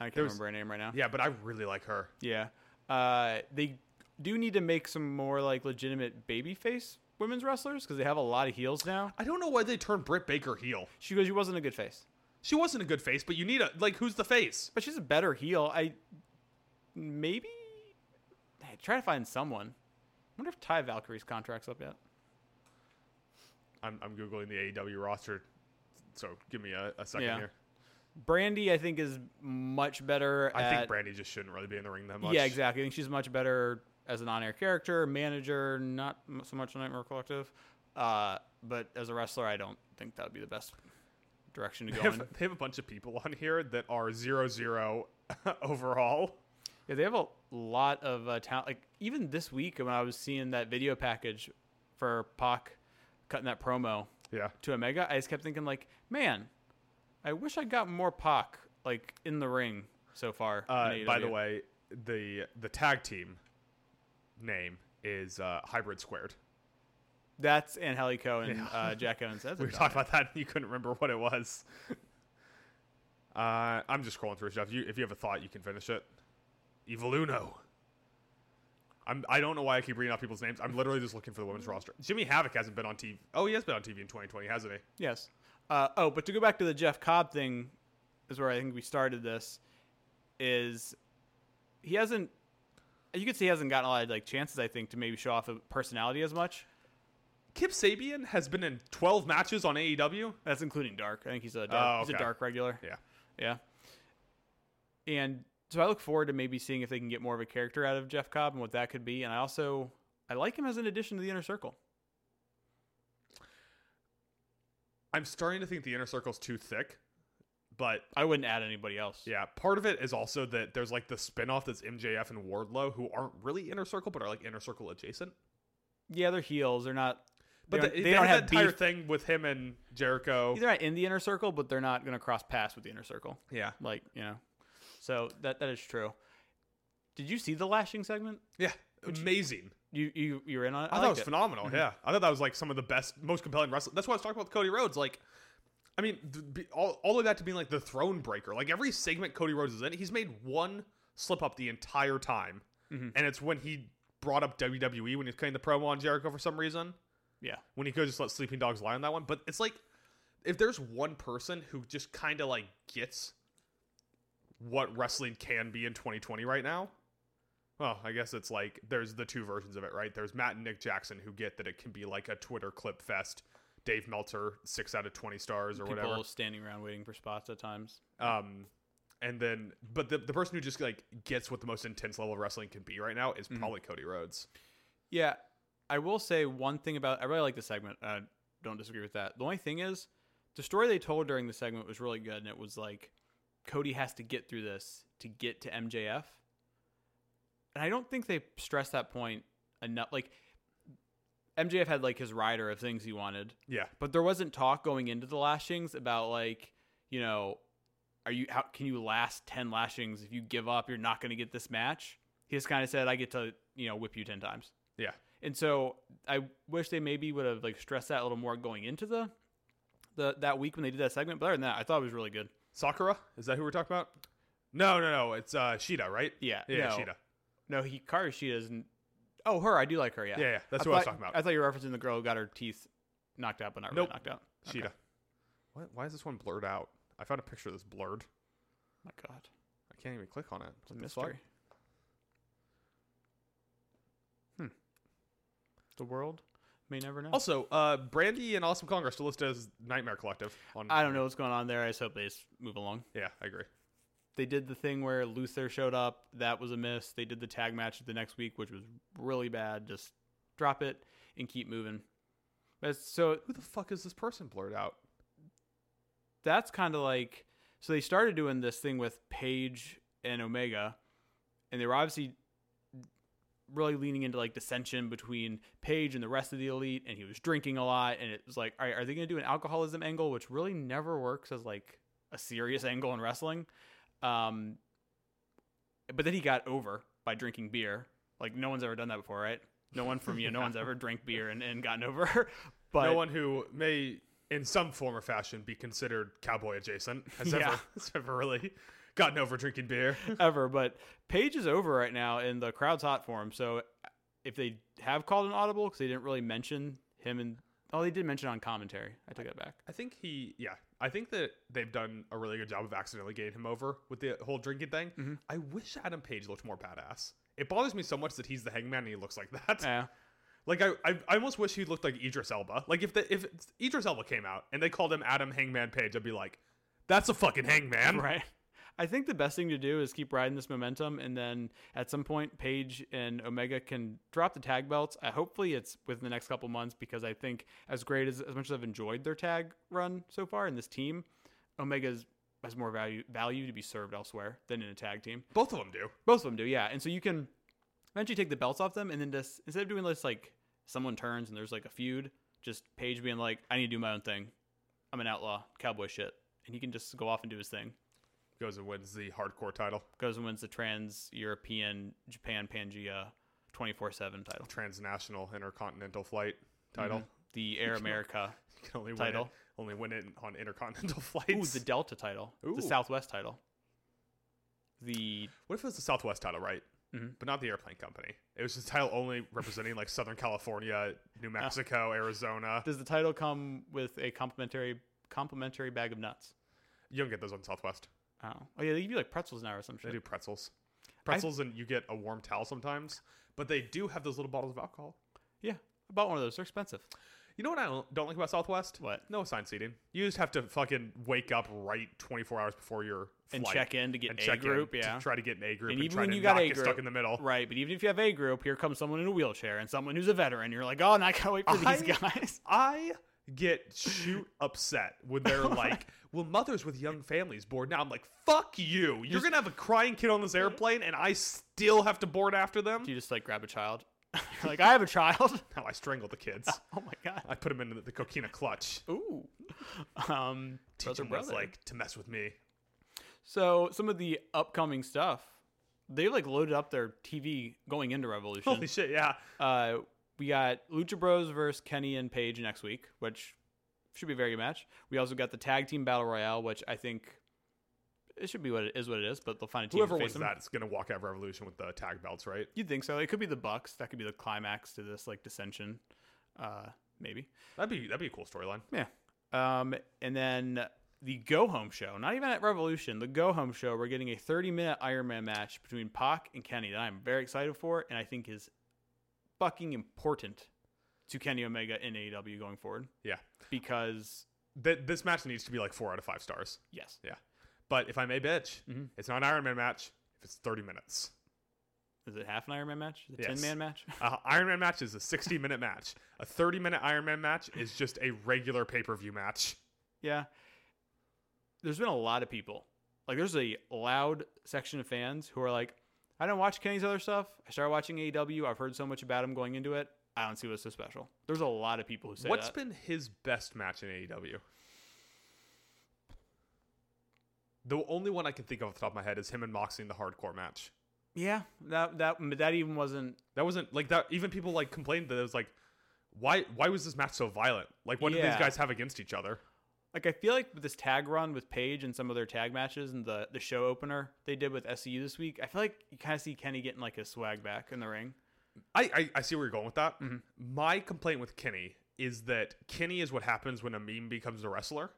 A: I can't
B: There was-
A: remember her name right now.
B: Yeah, but I really like her.
A: Yeah. Uh, they do need to make some more like legitimate babyface women's wrestlers because they have a lot of heels now.
B: I don't know why they turned Britt Baker heel.
A: She goes, she wasn't a good face,
B: She wasn't a good face, but you need a like who's the face?
A: but she's a better heel. I maybe I try to find someone. I wonder if Ty Valkyrie's contract's up yet.
B: I'm, I'm googling the AEW roster, so give me a, a second
A: Yeah.
B: here.
A: Brandy, I think, is much better.
B: I
A: at-
B: think Brandy just shouldn't really be in the ring that much.
A: Uh, Yeah, exactly. I think she's much better as an on-air character, manager, not m- so much on Nightmare Collective. Uh, but as a wrestler, I don't think that would be the best direction to
B: They
A: go in.
B: have, they have a bunch of people on here that are zero zero overall.
A: Yeah, they have a lot of uh, talent. Like even this week, when I was seeing that video package for Pac cutting that promo
B: Yeah,
A: to Omega, I just kept thinking like, man, I wish I got more Pac like in the ring so far. in E
B: Uh, by the
A: AEW.
B: way, the the tag team name is uh, Hybrid Squared.
A: that's Angelico and uh, Jack Owens. That's
B: We
A: a
B: were
A: dominant-
B: talking about that. and You couldn't remember what it was. Uh, I'm just scrolling through stuff. You, if you have a thought, you can finish it. Evoluno. I'm. I don't know why I keep reading off people's names. I'm literally just looking for the women's roster. Jimmy Havoc hasn't been on TV. Oh, he has been on TV in 2020, hasn't he?
A: Yes. Uh, oh, but to go back to the Jeff Cobb thing, is where I think we started this. Is he hasn't? You could see he hasn't gotten a lot of like chances. I think to maybe show off a personality as much.
B: Kip Sabian has been in 12 matches on AEW.
A: That's including dark. I think he's a
B: Oh,
A: dark, he's
B: okay.
A: a dark regular.
B: Yeah.
A: Yeah. And so I look forward to maybe seeing if they can get more of a character out of Jeff Cobb and what that could be. And I also I like him as an addition to the inner circle.
B: I'm starting to think the inner circle's too thick, but
A: I wouldn't add anybody else.
B: Yeah, part of it is also that there's like the spinoff that's MJF and Wardlow who aren't really inner circle but are like inner circle adjacent.
A: Yeah, they're heels. They're not.
B: But
A: they,
B: the-
A: don't- they don't
B: had
A: have
B: that entire
A: beef.
B: thing with him and Jericho.
A: They're not in the inner circle, but they're not going to cross paths with the inner circle.
B: Yeah,
A: Like you know, so that that is true. Did you see the lashing segment?
B: yeah, amazing.
A: You you you were in on it.
B: I, thought it Mm-hmm.
A: liked
B: was phenomenal. Yeah, I thought that was like some of the best, most compelling wrestling. That's why I was talking about with Cody Rhodes. Like, I mean, th- be- all, all the way back to being like the throne breaker. Like every segment Cody Rhodes is in, he's made one slip up the entire time, and it's when he brought up WWE when he was cutting the promo on Jericho for some reason.
A: Yeah.
B: when he goes just let sleeping dogs lie on that one. But it's like if there's one person who just kind of like gets what wrestling can be in 2020 right now. Well, I guess it's like there's the two versions of it, right? There's Matt and Nick Jackson who get that it can be like a Twitter clip fest. Dave Meltzer, six out of 20 stars or
A: People
B: whatever.
A: standing around waiting for spots at times.
B: Um, and then, but the, the person who just like gets what the most intense level of wrestling can be right now is
A: Mm-hmm.
B: probably Cody Rhodes.
A: Yeah, I will say one thing about I really like the segment. I don't disagree with that. The only thing is, the story they told during the segment was really good, and it was like Cody has to get through this to get to MJF, and I don't think they stressed that point enough. Like MJF had like his rider of things he wanted,
B: Yeah.
A: but there wasn't talk going into the lashings about like you know are you how can you last 10 lashings if you give up you're not going to get this match he just kind of said i get to you know whip you 10 times
B: Yeah.
A: and so i wish they maybe would have like stressed that a little more going into the the that week when they did that segment but other than that i thought it was really good
B: Sakura? Is that who we're talking about? No, no, no. It's uh, Shida, right?
A: yeah
B: Yeah,
A: no,
B: Shida.
A: no he Hikaru Shida isn't oh her i do like her yeah
B: Yeah, yeah.
A: I
B: That's who I was
A: thought-
B: talking about.
A: i thought you were referencing the girl who got her teeth knocked out but not
B: Nope.
A: really knocked out Okay.
B: Sheeta. What, why is this one blurred out? I found a picture that's blurred.
A: my god
B: I can't even click on it. What the fuck?
A: mystery. Hmm. The the world may never know.
B: Also, uh, Brandy and Awesome Kong are still listed as Nightmare Collective. On
A: I don't know what's going on there. I just hope they just move along.
B: Yeah, I agree.
A: They did the thing where Luther showed up. That was a miss. They did the tag match the next week, which was really bad. Just drop it and keep moving. But so
B: Who the fuck is this person blurred out?
A: that's kind of like so they started doing this thing with Page and Omega, and they were obviously really leaning into like dissension between Page and the rest of the elite, and he was drinking a lot, and it was like, all right, are they going to do an alcoholism angle, which really never works as like a serious angle in wrestling? Um, but then he got over by drinking beer. Like no one's ever done that before, right? No one from you, no one's ever drank beer and, and gotten over. but
B: no one who may, in some form or fashion, be considered cowboy adjacent has ever
A: Yeah.
B: has ever really gotten over drinking beer.
A: ever, but Paige is over right now, and the crowd's hot for him. So if they have called an audible, because they didn't really mention him, and oh, they did mention it on commentary. I took that back.
B: I think he, yeah, I think that they've done a really good job of accidentally getting him over with the whole drinking thing.
A: Mm-hmm.
B: I wish Adam Page looked more badass. It bothers me so much that he's the hangman and he looks like that.
A: Yeah,
B: Like I, I, I almost wish he looked like Idris Elba. Like if the, if Idris Elba came out and they called him Adam Hangman Page, I'd be like, that's a fucking hangman.
A: right. I think the best thing to do is keep riding this momentum, and then at some point, Paige and Omega can drop the tag belts. I hopefully it's within the next couple months because I think as great as as much as I've enjoyed their tag run so far in this team, Omega's has more value value to be served elsewhere than in a tag team.
B: Both of them do.
A: Both of them do, yeah. And so you can eventually take the belts off them, and then just instead of doing this like someone turns and there's like a feud, just Paige being like, "I need to do my own thing. I'm an outlaw, cowboy shit," and he can just go off and do his thing.
B: Goes and wins the hardcore title,
A: Goes and wins the Trans European Japan Pangea 24 seven title. Mm-hmm.
B: transnational intercontinental flight title.
A: The Air America.
B: You can only
A: Mm-hmm. Title.
B: win it, only win it on intercontinental
A: Ooh,
B: flights.
A: the Delta title.
B: Ooh.
A: The Southwest title. The
B: what if it was the Southwest title, right?
A: Mhm.
B: But not the airplane company. It was the title only representing like Southern California,
A: Ah.
B: New Mexico, Arizona.
A: does the title come with a complimentary complimentary bag of nuts?
B: You don't get those on Southwest.
A: Oh, oh yeah, they give you like pretzels now or some
B: They
A: shit.
B: do pretzels, pretzels, and you get a warm towel sometimes. But they do have those little bottles of alcohol.
A: Yeah, I bought one of those. They're expensive.
B: You know what I don't- don't like about Southwest?
A: What?
B: No assigned seating. You just have to fucking wake up right 24 hours before your
A: And
B: flight
A: check in to get
B: and
A: A
B: check in
A: group,
B: to
A: yeah.
B: try to get an A group,
A: And
B: and,
A: even
B: try
A: when
B: to
A: you got
B: not
A: A
B: get
A: group,
B: stuck in the middle.
A: Right, but even if you have a group, here comes someone in a wheelchair and someone who's a veteran. You're like, oh, and I gotta wait for
B: I-
A: these guys.
B: I get shoot upset when they're like, "Well, mothers with young families board now." I'm like, "Fuck you! You're gonna have a crying kid on this airplane, and I still have to board after them."
A: Do you just like grab a child? You're like, I have a child.
B: Now I strangle the kids.
A: oh my god.
B: I put them into the coquina clutch.
A: Ooh. Um,
B: Teach
A: brother,
B: them what it's
A: brother.
B: like to mess with me.
A: So some of the upcoming stuff, they like loaded up their TV going into Revolution.
B: Holy shit! Yeah,
A: Uh, we got Lucha Bros versus Kenny and Paige next week, which should be a very good match. We also got the tag team battle royale, which I think it should be what it is, what it is. But they'll find a team. to
B: whoever
A: face
B: wins
A: them.
B: that is gonna walk out of Revolution with the tag belts, right?
A: you'd think so. It could be the Bucks. That could be the climax to this like dissension, uh, maybe.
B: That'd be that'd be a cool storyline.
A: Yeah. Um, and then the Go Home show, not even at Revolution, the Go Home show, we're getting a 30 minute Iron Man match between Pac and Kenny that I'm very excited for and I think is fucking important to Kenny Omega in AEW going forward
B: Yeah,
A: because,
B: Th- this match needs to be like four out of five stars.
A: yes,
B: Yeah, but if I may bitch, it's not an Iron Man match. If it's 30 minutes.
A: is it half an Iron Man match? Is it a
B: Yes.
A: 10 man match?
B: A Iron Man match is a 60 minute match. A 30 minute Iron Man match is just a regular pay per view match.
A: yeah. There's been a lot of people. Like, there's a loud section of fans who are like, I don't watch Kenny's other stuff. I started watching AEW. I've heard so much about him going into it. I don't see what's so special. There's a lot of people who say
B: What's
A: that.
B: been his best match in E AEW? The only one I can think of off the top of my head is him and Moxley in the hardcore match.
A: Yeah, that that but that even wasn't.
B: That wasn't like that. Even people like complained that it was like, why? Why was this match so violent? Like, what did these
A: Yeah.
B: guys have against each other?
A: Like I feel like with this tag run with Paige and some of their tag matches and the the show opener they did with SCU this week, I feel like you kind of see Kenny getting like his swag back in the ring.
B: I, I, I see where you're going with that.
A: Mm-hmm.
B: My complaint with Kenny is that Kenny is what happens when a meme becomes a wrestler.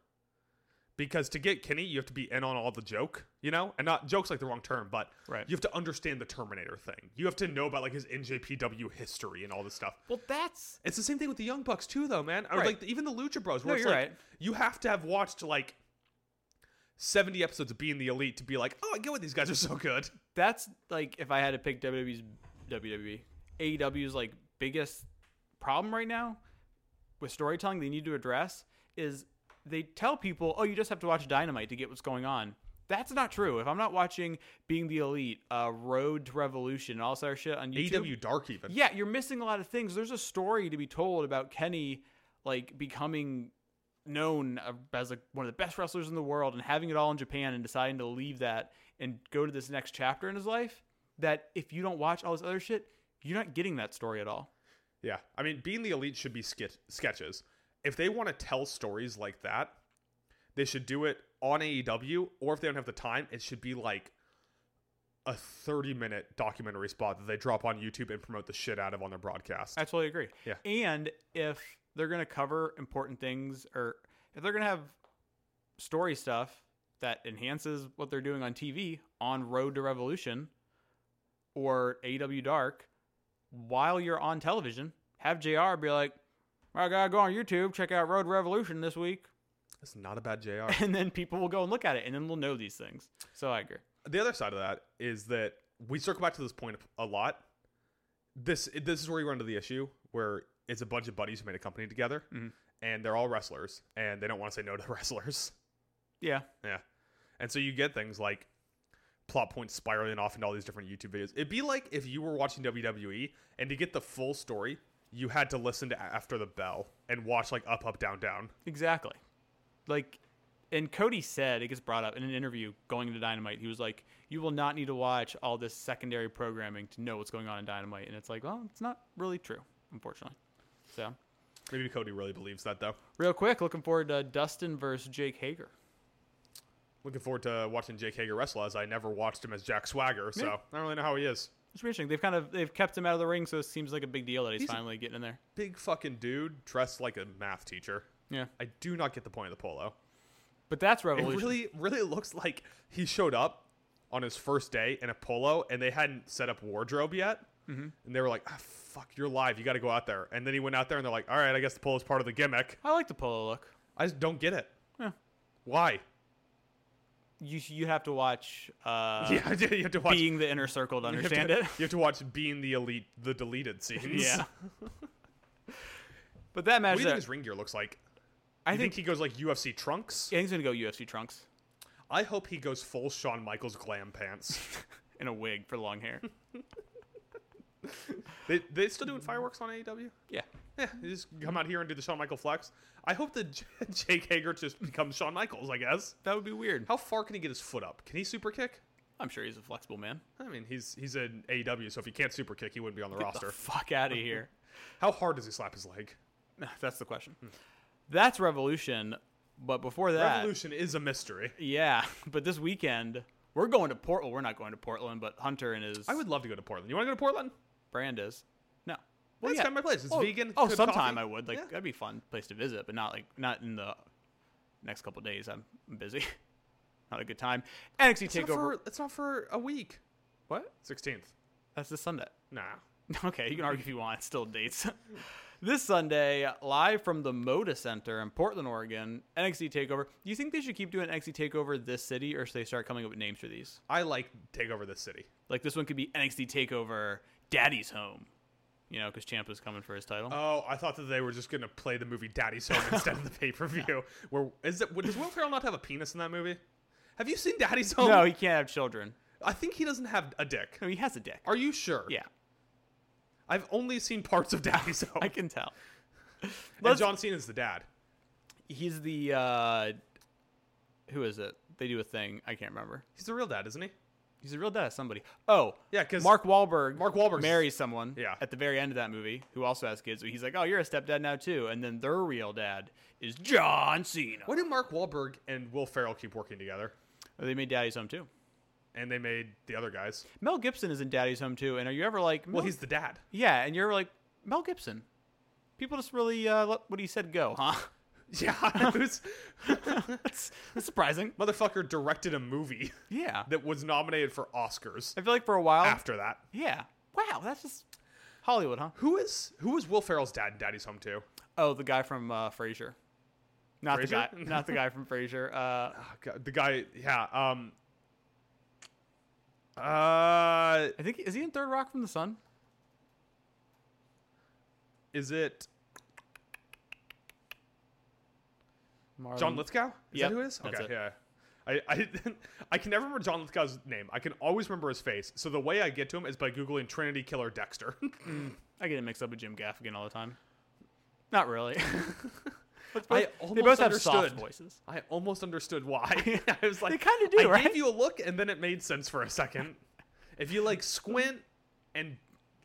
B: because to get Kenny, you have to be in on all the joke, you know, and not jokes like the wrong term, but
A: Right.
B: you have to understand the Terminator thing. You have to know about like his NJPW history and all this stuff.
A: Well, that's
B: It's the same thing with the Young Bucks too, though, man. Or
A: Right.
B: like even the Lucha Bros. Where
A: No,
B: it's
A: you're
B: like,
A: right.
B: You have to have watched like seventy episodes of Being the Elite to be like, oh, I get why these guys are so good.
A: that's like if I had to pick WWE's WWE, AEW's E like biggest problem right now with storytelling they need to address is they tell people, "Oh, you just have to watch Dynamite to get what's going on." That's not true. If I'm not watching Being the Elite, uh, Road to Revolution, and all that shit on YouTube,
B: AEW E Dark even.
A: yeah, you're missing a lot of things. There's a story to be told about Kenny like becoming known uh, as like one of the best wrestlers in the world and having it all in Japan and deciding to leave that and go to this next chapter in his life that if you don't watch all this other shit, you're not getting that story at all.
B: Yeah. I mean, being the elite should be skit- sketches. If they want to tell stories like that, they should do it on AEW, or if they don't have the time, it should be like a 30 minute documentary spot that they drop on YouTube and promote the shit out of on their broadcast.
A: I totally agree.
B: Yeah.
A: And if they're going to cover important things or if they're going to have story stuff that enhances what they're doing on TV on Road to Revolution or AW Dark while you're on television, have JR be like, I gotta go on YouTube, check out Road to Revolution this week.
B: That's not a bad JR.
A: And then people will go and look at it and then we'll know these things. So I agree.
B: the other side of that is that we circle back to this point a lot. This this is where you run into the issue where it's a bunch of buddies who made a company together,
A: Mhm.
B: and they're all wrestlers, and they don't want to say no to wrestlers.
A: Yeah.
B: Yeah. And so you get things like plot points spiraling off into all these different YouTube videos. It'd be like if you were watching WWE and to get the full story, you had to listen to After the Bell and watch like Up, Up, Down, Down.
A: Exactly. Like, and Cody said, it gets brought up in an interview going into Dynamite. He was like, You will not need to watch all this secondary programming to know what's going on in Dynamite. And it's like, Well, it's not really true, unfortunately. So,
B: Maybe Cody really believes that though.
A: real quick, looking forward to Dustin versus Jake Hager.
B: Looking forward to watching Jake Hager wrestle as I never watched him as Jack Swagger, so
A: Yeah.
B: I don't really know how he is.
A: It's interesting. They've kind of they've kept him out of the ring, so it seems like a big deal that he's,
B: He's-
A: finally getting in there.
B: Big fucking dude dressed like a math teacher.
A: Yeah,
B: I do not get the point of the polo.
A: but that's
B: It
A: revolution.
B: really, really looks like he showed up on his first day in a polo, and they hadn't set up wardrobe yet. Mm-hmm. And they were like, ah, "Fuck, you're live. You got to go out there." And then he went out there, and they're like, "All right, I guess the polo's part of the gimmick."
A: I like the polo look.
B: I just don't get it.
A: Yeah.
B: Why?
A: You you have to watch uh,
B: yeah, you have to watch.
A: being the inner circle to
B: you have
A: understand
B: to-
A: it.
B: You have to watch being the elite, the deleted scenes.
A: yeah. but that match,
B: What do you think
A: there-
B: his ring gear looks like?
A: I
B: I
A: think
B: think he goes like UFC trunks.
A: Yeah, he's gonna go UFC trunks
B: I hope he goes full Shawn Michaels glam pants.
A: and a wig for long hair.
B: they they still doing fireworks on E AEW?
A: yeah,
B: Yeah, you just come out here and do the Shawn Michael flex. I hope that J- Jake Hager just becomes Shawn Michaels, I guess.
A: that would be weird.
B: How far can he get his foot up? Can he super kick?
A: I'm sure he's a flexible man.
B: I mean, he's he's an AEW, so if he can't super kick, he wouldn't be on the
A: Get
B: roster.
A: the fuck out of here.
B: How hard does he slap his leg?
A: That's the question.
B: Hmm.
A: That's Revolution. But before that,
B: Revolution is a mystery.
A: yeah. But this weekend we're going to Portland. We're not going to Portland, but Hunter and his
B: I would love to go to Portland. You want to go to Portland?
A: brand is no.
B: Well, That's kind of my place. It's
A: oh,
B: vegan.
A: Oh,
B: good
A: sometime
B: coffee.
A: I would. Like
B: Yeah.
A: that'd be a fun place to visit, but not like not in the next couple days. I'm busy. not a good time. NXT
B: It's not,
A: Takeover.
B: for, it's not for a week.
A: what?
B: Sixteenth.
A: That's this Sunday.
B: Nah.
A: Okay, you can argue if you want. It's still dates. this Sunday, live from the Moda Center in Portland, Oregon, NXT Takeover. Do you think they should keep doing NXT Takeover this city, or should they start coming up with names for these?
B: I like take over this city.
A: Like this one could be NXT Takeover Daddy's Home, you know, because Champa's coming for his title.
B: Oh, I thought that they were just gonna play the movie Daddy's Home instead of the pay per view. Where is it? Does Will Ferrell not have a penis in that movie? Have you seen Daddy's Home?
A: no, he can't have children.
B: I think he doesn't have a dick.
A: No, he has a dick.
B: Are you sure?
A: Yeah,
B: I've only seen parts of Daddy's Home.
A: I can tell.
B: and
A: let's-
B: John Cena's the dad.
A: He's the uh who is it? They do a thing. I can't remember.
B: He's the real dad, isn't he?
A: He's a real dad of somebody. Oh,
B: Yeah, 'cause
A: Mark Wahlberg.
B: Mark Wahlberg-
A: marries someone.
B: Yeah.
A: At the very end of that movie, who also has kids. He's like, "Oh, you're a stepdad now too." And then their real dad is John Cena.
B: Why do Mark Wahlberg and Will Ferrell keep working together?
A: They made Daddy's Home too.
B: And they made the other guys.
A: Mel Gibson is in Daddy's Home too. And are you ever like,
B: Well,
A: "Mel-"
B: he's the dad.
A: yeah, and you're like Mel Gibson. People just really uh, let what he said go, huh?
B: Yeah, it was,
A: that's, that's surprising.
B: motherfucker directed a movie
A: Yeah.
B: that was nominated for Oscars.
A: I feel like for a while.
B: After that,
A: Yeah. Wow, that's just Hollywood, huh?
B: who is who is Will Ferrell's dad in Daddy's Home Too?
A: Oh, the guy from uh, Frasier. Not
B: Frasier?
A: the guy. Not the guy from Frasier. Uh,
B: Oh, God, the guy, yeah. Um, uh,
A: I think is he in Third Rock from the Sun?
B: is it
A: Marlon-
B: John Lithgow? Is
A: Um, Yep,
B: that who it is?
A: that's
B: Okay,
A: it.
B: yeah. I, I, I can never remember John Lithgow's name. I can always remember his face. So the way I get to him is by googling Trinity Killer Dexter.
A: I get it mixed up with Jim Gaffigan all the time. Not really. But
B: I
A: both- they
B: almost
A: both have soft
B: understood.
A: voices.
B: I almost understood why. I was like,
A: kinda do,
B: I
A: right?
B: gave you a look, and then it made sense for a second. if you like squint and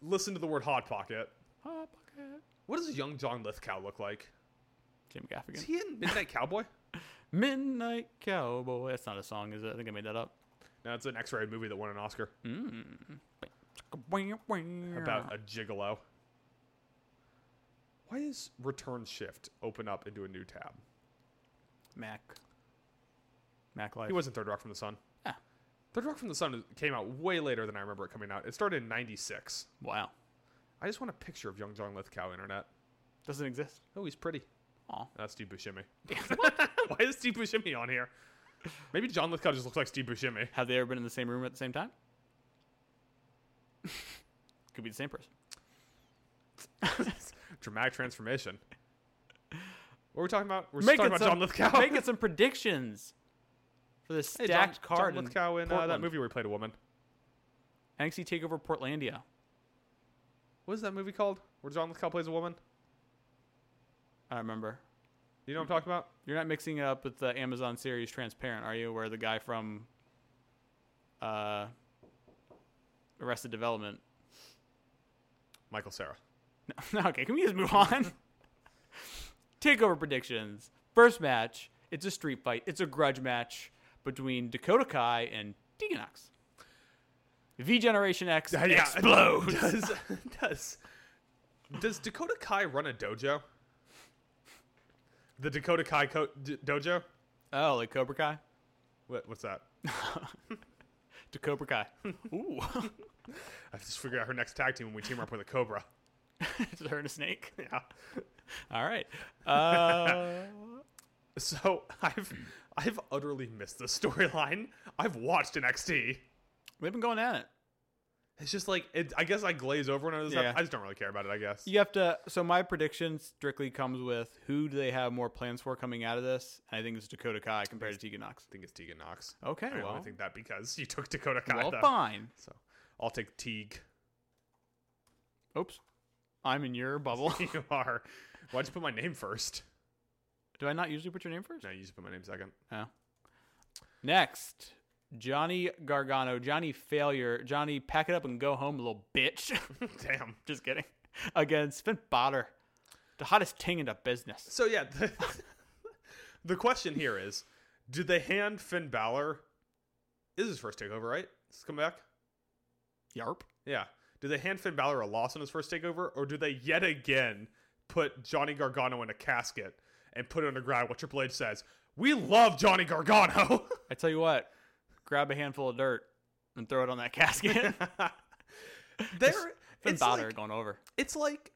B: listen to the word hot pocket,
A: Hot pocket.
B: what does young John Lithgow look like?
A: Jim Gaffigan.
B: Is he in Midnight Cowboy?
A: Midnight Cowboy. That's not a song, is it? I think I made that up.
B: No, it's an X-rated movie that won an Oscar about a gigolo. Why is Return Shift open up into a new tab?
A: Mac. Mac Life.
B: He wasn't Third Rock from the Sun.
A: Ah,
B: Third Rock from the Sun came out way later than I remember it coming out. It started in '96.
A: wow.
B: I just want a picture of young John Lithgow. Internet.
A: Doesn't exist.
B: Oh, he's pretty.
A: Aw.
B: That's Steve Buscemi. Why is Steve Buscemi on here? Maybe John Lithgow just looks like Steve Buscemi.
A: Have they ever been in the same room at the same time? Could be the same person.
B: Dramatic transformation. What are we talking about? We're
A: Making
B: just talking about
A: some,
B: John Lithgow.
A: Making some predictions for this
B: Hey,
A: stacked
B: John,
A: card.
B: John Lithgow in uh, that
A: Portland.
B: movie where he played a woman.
A: NXT Takeover Portlandia.
B: What is that movie called? Where John Lithgow plays a woman?
A: I remember.
B: You know what I'm talking about?
A: You're not mixing it up with the Amazon series Transparent, are you? Where the guy from uh, Arrested Development.
B: Michael Sarah.
A: No, okay, can we just move on? Takeover predictions. First match. It's a street fight. It's a grudge match between Dakota Kai and Tegan Knox. V Generation X explodes.
B: Does, does, does Dakota Kai run a dojo? The Dakota Kai co- d- dojo?
A: Oh, like Cobra Kai?
B: What, what's that?
A: To Cobra Kai. Ooh.
B: I have to figure out her next tag team when we team her up with a Cobra.
A: Is it her and a snake?
B: Yeah.
A: All right. Uh,
B: So I've I've utterly missed the storyline. I've watched NXT.
A: we've been going at it.
B: It's just like it, I guess I glaze over when I was.
A: Yeah.
B: I just don't really care about it. I guess.
A: You have to. So my prediction strictly comes with who do they have more plans for coming out of this? And I think it's Dakota Kai compared to Tegan Knox.
B: I think it's Tegan Knox.
A: Okay,
B: I
A: well,
B: only think that because you took Dakota Kai.
A: well,
B: though.
A: fine.
B: So I'll take Teague.
A: Oops, I'm in your bubble.
B: you are. Why'd you put my name first?
A: do I not usually put your name first?
B: No, you just put my name second.
A: No. Next, Johnny Gargano, Johnny Failure, Johnny Pack it up and go home, little bitch.
B: Damn.
A: Just kidding. Against Finn Balor, the hottest ting in the business.
B: So yeah, the, the question here is, did they hand Finn Balor? This is his first takeover, right? Let's come back.
A: Yarp.
B: Yeah. Do they hand Finn Balor a loss on his first takeover, or do they yet again put Johnny Gargano in a casket and put it underground? What Triple H says, "We love Johnny Gargano."
A: I tell you what, grab a handful of dirt and throw it on that casket.
B: there,
A: Finn
B: it's
A: Balor
B: like,
A: going over.
B: it's like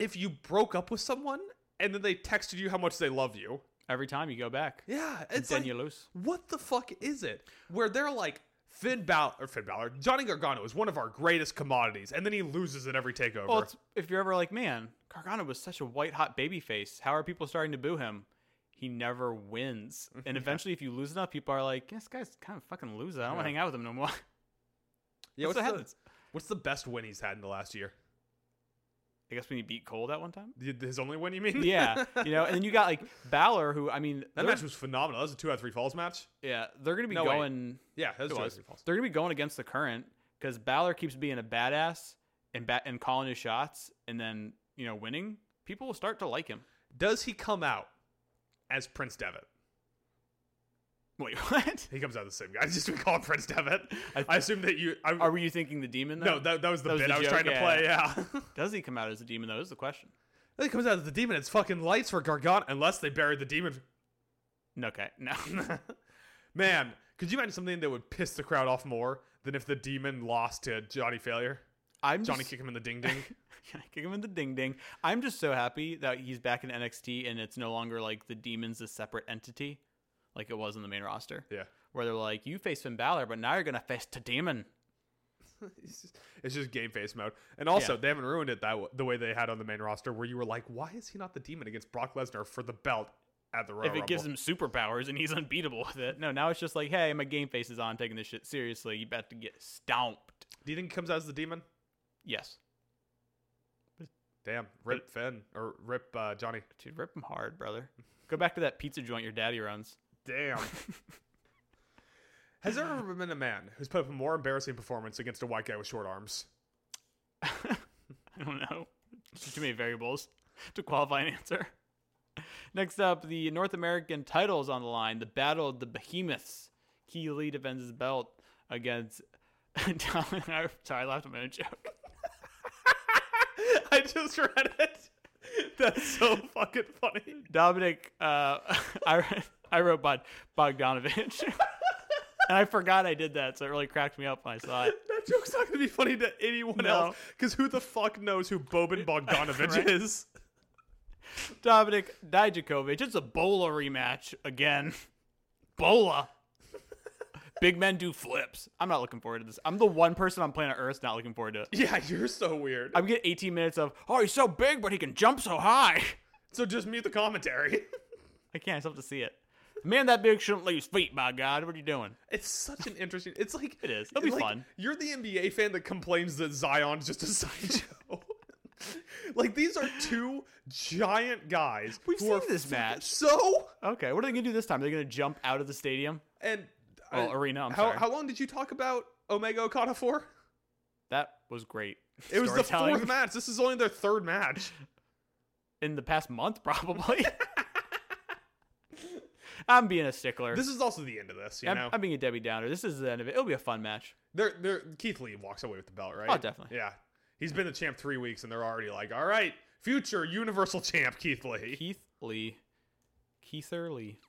B: if you broke up with someone and then they texted you how much they love you.
A: Every time you go back,
B: Yeah, it's
A: then
B: like,
A: you lose.
B: what the fuck is it? Where they're like Finn Balor, or Finn Balor, Johnny Gargano is one of our greatest commodities, and then he loses at every takeover.
A: Well, it's, if you're ever like, man, Gargano was such a white hot baby face. How are people starting to boo him? He never wins. And eventually, if you lose enough, people are like, this guy's kind of fucking loser. I don't want to
B: Yeah.
A: hang out with him no more. what's
B: yeah,
A: the
B: what's, the,
A: heavens?
B: what's the best win he's had in the last year?
A: I guess when he beat Cole that one time.
B: The- His only win, you mean?
A: Yeah, you know, and then you got like Balor, who I mean,
B: that
A: they're-
B: match was phenomenal. That was a two out of three falls match.
A: yeah, they're gonna be
B: No, wait.
A: going,
B: Yeah, that was
A: It
B: two out
A: was.
B: of three falls.
A: they're gonna be going against the current because Balor keeps being a badass and bat and calling his shots, and then you know, winning. People will start to like him.
B: Does he come out as Prince Devitt?
A: Wait, what?
B: He comes out the same guy. It's just we call him Prince Devitt. I, assume that you. I,
A: Are you thinking the demon? Though?
B: no, that, that was the
A: That was
B: bit
A: the
B: I was
A: joke,
B: trying to play. Yeah.
A: Does he come out as a demon though? Is the question.
B: It comes out as the demon. It's fucking lights for Gargano, unless they buried the demon.
A: Okay, no.
B: Man, could you imagine something that would piss the crowd off more than if the demon lost to Johnny Failure?
A: I'm
B: Johnny
A: just,
B: kick him in the ding ding.
A: Can I kick him in the ding ding. I'm just so happy that he's back in NXT and it's no longer like the demons a separate entity, like it was in the main roster,
B: yeah.
A: where they're like, you face Finn Balor, but now you're gonna face the demon.
B: It's just, it's just game face mode. And also,
A: Yeah.
B: they haven't ruined it that w- the way they had on the main roster, where you were like, why is he not the demon against Brock Lesnar for the belt at the Royal
A: if it gives
B: Rumble?
A: him superpowers and he's unbeatable with it. No, now it's just like, hey, my game face is on, taking this shit seriously. You about to get stomped.
B: Do you think he comes out as the demon?
A: Yes,
B: Damn, rip Finn or rip uh, Johnny.
A: dude, rip him hard, brother. Go back to that pizza joint your daddy runs.
B: Damn. Has there ever been a man who's put up a more embarrassing performance against a white guy with short arms?
A: I don't know. There's too many variables to qualify an answer. Next up, the North American title is on the line. The Battle of the Behemoths. Key Lee defends his belt against. Dominic- Sorry, I laughed at my own joke.
B: I just read it. That's so fucking funny.
A: Dominic, uh, I, I wrote Bog, Bogdanovich. and I forgot I did that, so it really cracked me up when I saw it.
B: That joke's not gonna be funny to anyone
A: No.
B: else because who the fuck knows who Boban Bogdanovich
A: Right.
B: is?
A: Dominic Dijakovic. It's a Bola rematch again. Bola. Big men do flips. I'm not looking forward to this. I'm the one person on planet Earth not looking forward to it.
B: Yeah, you're so weird.
A: I'm getting 18 minutes of, oh, he's so big, but he can jump so high.
B: so just mute the commentary.
A: I can't. I still have to see it. A man that big shouldn't leave his feet, by God. What are you doing?
B: It's such an interesting. It's like
A: It is. It'll be
B: like,
A: fun.
B: You're the NBA fan that complains that Zion's just a sideshow. like these are two giant guys.
A: We've
B: who
A: seen
B: are
A: this
B: fucking-
A: match.
B: So
A: Okay, what are they going to do this time? They're going to jump out of the stadium?
B: and
A: Well,
B: uh,
A: arena, Oh, I'm
B: how
A: sorry.
B: how long did you talk about Omega Okada for?
A: That was great.
B: It was the
A: Storytelling
B: fourth match. This is only their third match.
A: in the past month, probably. I'm being a stickler.
B: This is also the end of this. You
A: I'm,
B: know,
A: I'm being a Debbie Downer. This is the end of it. It'll be a fun match.
B: They're, they're, Keith Lee walks away with the belt, right?
A: Oh, definitely.
B: Yeah. He's been the champ three weeks, and they're already like, all right, future Universal Champ Keith Lee.
A: Keith Lee. Keither Lee.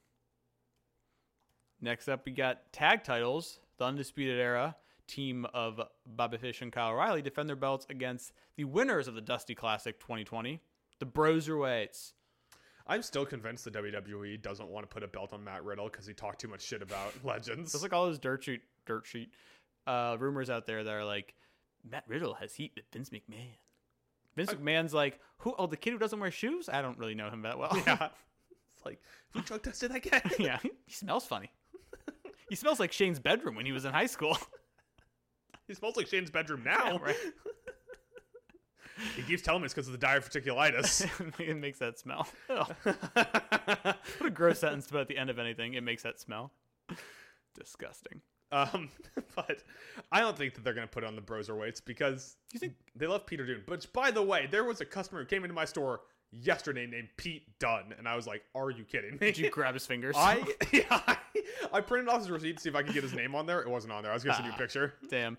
A: Next up, we got tag titles. The Undisputed Era team of Bobby Fish and Kyle O'Reilly defend their belts against the winners of the Dusty Classic 2020, the Broserweights.
B: I'm still convinced the WWE doesn't want to put a belt on Matt Riddle because he talked too much shit about Legends.
A: It's like all those dirt sheet, dirt sheet uh, rumors out there that are like, Matt Riddle has heat with Vince McMahon. Vince McMahon's like, who? Oh, the kid who doesn't wear shoes? I don't really know him that well.
B: yeah. It's like, who drug tested that guy?
A: yeah, he smells funny. He smells like Shane's bedroom when he was in high school.
B: he smells like Shane's bedroom now.
A: right.
B: He keeps telling me it's because of the diverticulitis.
A: it makes that smell. Ugh. What a gross sentence to put at the end of anything. It makes that smell. Disgusting.
B: um, but I don't think that they're going to put on the Broser weights because
A: You think
B: They love Peter Dune. But by the way, there was a customer who came into my store yesterday named Pete Dunn, and I was like, "Are you kidding me?"
A: did you grab his fingers?
B: I, yeah, I I printed off his receipt to see if I could get his name on there. It wasn't on there. I was gonna send you a
A: Ah.
B: picture.
A: Damn.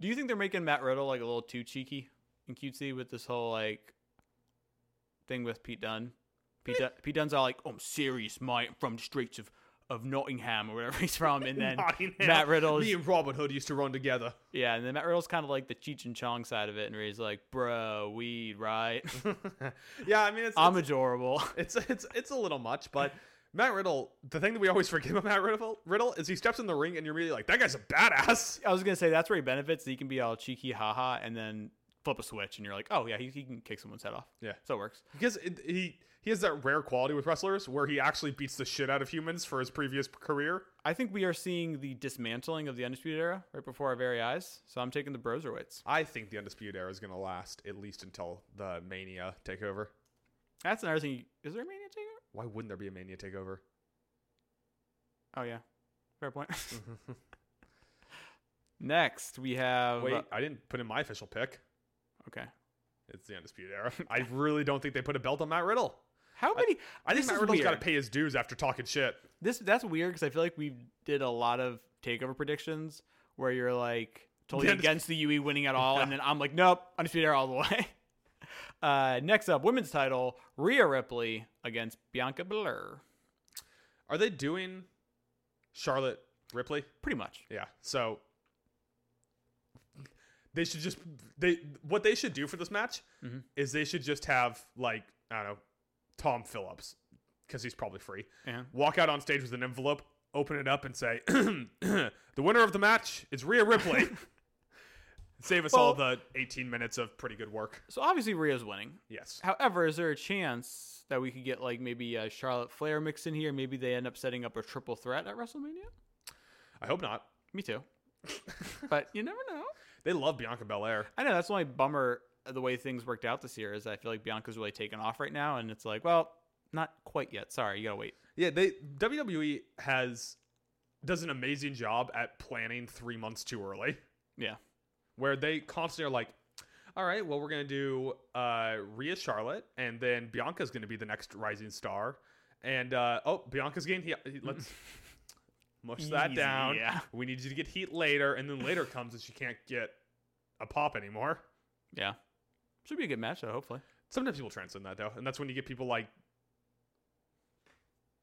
A: Do you think they're making Matt Riddle like a little too cheeky and cutesy with this whole like thing with Pete Dunn? Pete, Dun- Pete Dunn's all like, "Oh, I'm serious, mate. I'm from the streets of, of Nottingham or wherever he's from," and then
B: Nottingham.
A: Matt Riddle
B: Me
A: is
B: and Robin Hood used to run together.
A: yeah, and then Matt Riddle's kind of like the Cheech and Chong side of it, and where he's like, "Bro, weed, right?
B: yeah, I mean, it's
A: I'm adorable."
B: it's it's it's a little much, but. Matt Riddle, the thing that we always forget about Matt Riddle, Riddle is he steps in the ring and you're immediately like, that guy's a badass.
A: I was gonna say that's where he benefits. He can be all cheeky, haha, and then flip a switch, and you're like, "Oh yeah, he, he can kick someone's head off."
B: Yeah.
A: so it works.
B: Because it, he he has that rare quality with wrestlers where he actually beats the shit out of humans for his previous career.
A: I think we are seeing the dismantling of the Undisputed Era right before our very eyes. So I'm taking the Broserweights.
B: I think the Undisputed Era is going to last at least until the Mania takeover.
A: That's another thing. Is there a Mania Takeover?
B: Why wouldn't there be a Mania takeover?
A: Oh, yeah. Fair point. Next, we have.
B: Wait, I didn't put in my official pick.
A: Okay.
B: It's the Undisputed Era. I really don't think they put a belt on Matt Riddle.
A: How many?
B: I think
A: This
B: Matt
A: is
B: Riddle's got to
A: weird.
B: pay his dues after talking shit.
A: This that's weird because I feel like we did a lot of takeover predictions where you're like totally
B: The Undis-
A: E against the UE winning at all, and then I'm like, nope, Undisputed Era all the way. Uh, next up, women's title: Rhea Ripley against Bianca Belair.
B: Are they doing Charlotte Ripley?
A: Pretty much.
B: Yeah. So they should just they what they should do for this match
A: Mhm.
B: is they should just have like I don't know Tom Phillips because he's probably free.
A: Yeah.
B: Walk out on stage with an envelope, open it up, and say, "The winner of the match is Rhea Ripley." Save us all the 18 minutes of pretty good work.
A: So obviously Rhea's winning.
B: Yes.
A: However, is there a chance that we could get like maybe a Charlotte Flair mixed in here? Maybe they end up setting up a triple threat at WrestleMania.
B: I hope not.
A: Me too. but you never know.
B: They love Bianca Belair.
A: I know that's the only bummer of the way things worked out this year is I feel like Bianca's really taken off right now, and it's like, well, not quite yet. Sorry, you gotta wait.
B: Yeah, they WWE has does an amazing job at planning three months too early.
A: Yeah.
B: where they constantly are like, all right, well, we're going to do uh, Rhea Charlotte, and then Bianca's going to be the next rising star. And uh, oh, Bianca's getting heat. Let's mush that
A: Easy,
B: down.
A: yeah.
B: We need you to get heat later, and then later comes and she can't get a pop anymore.
A: Yeah. Should be a good match though, hopefully.
B: Sometimes people transcend that though, and that's when you get people like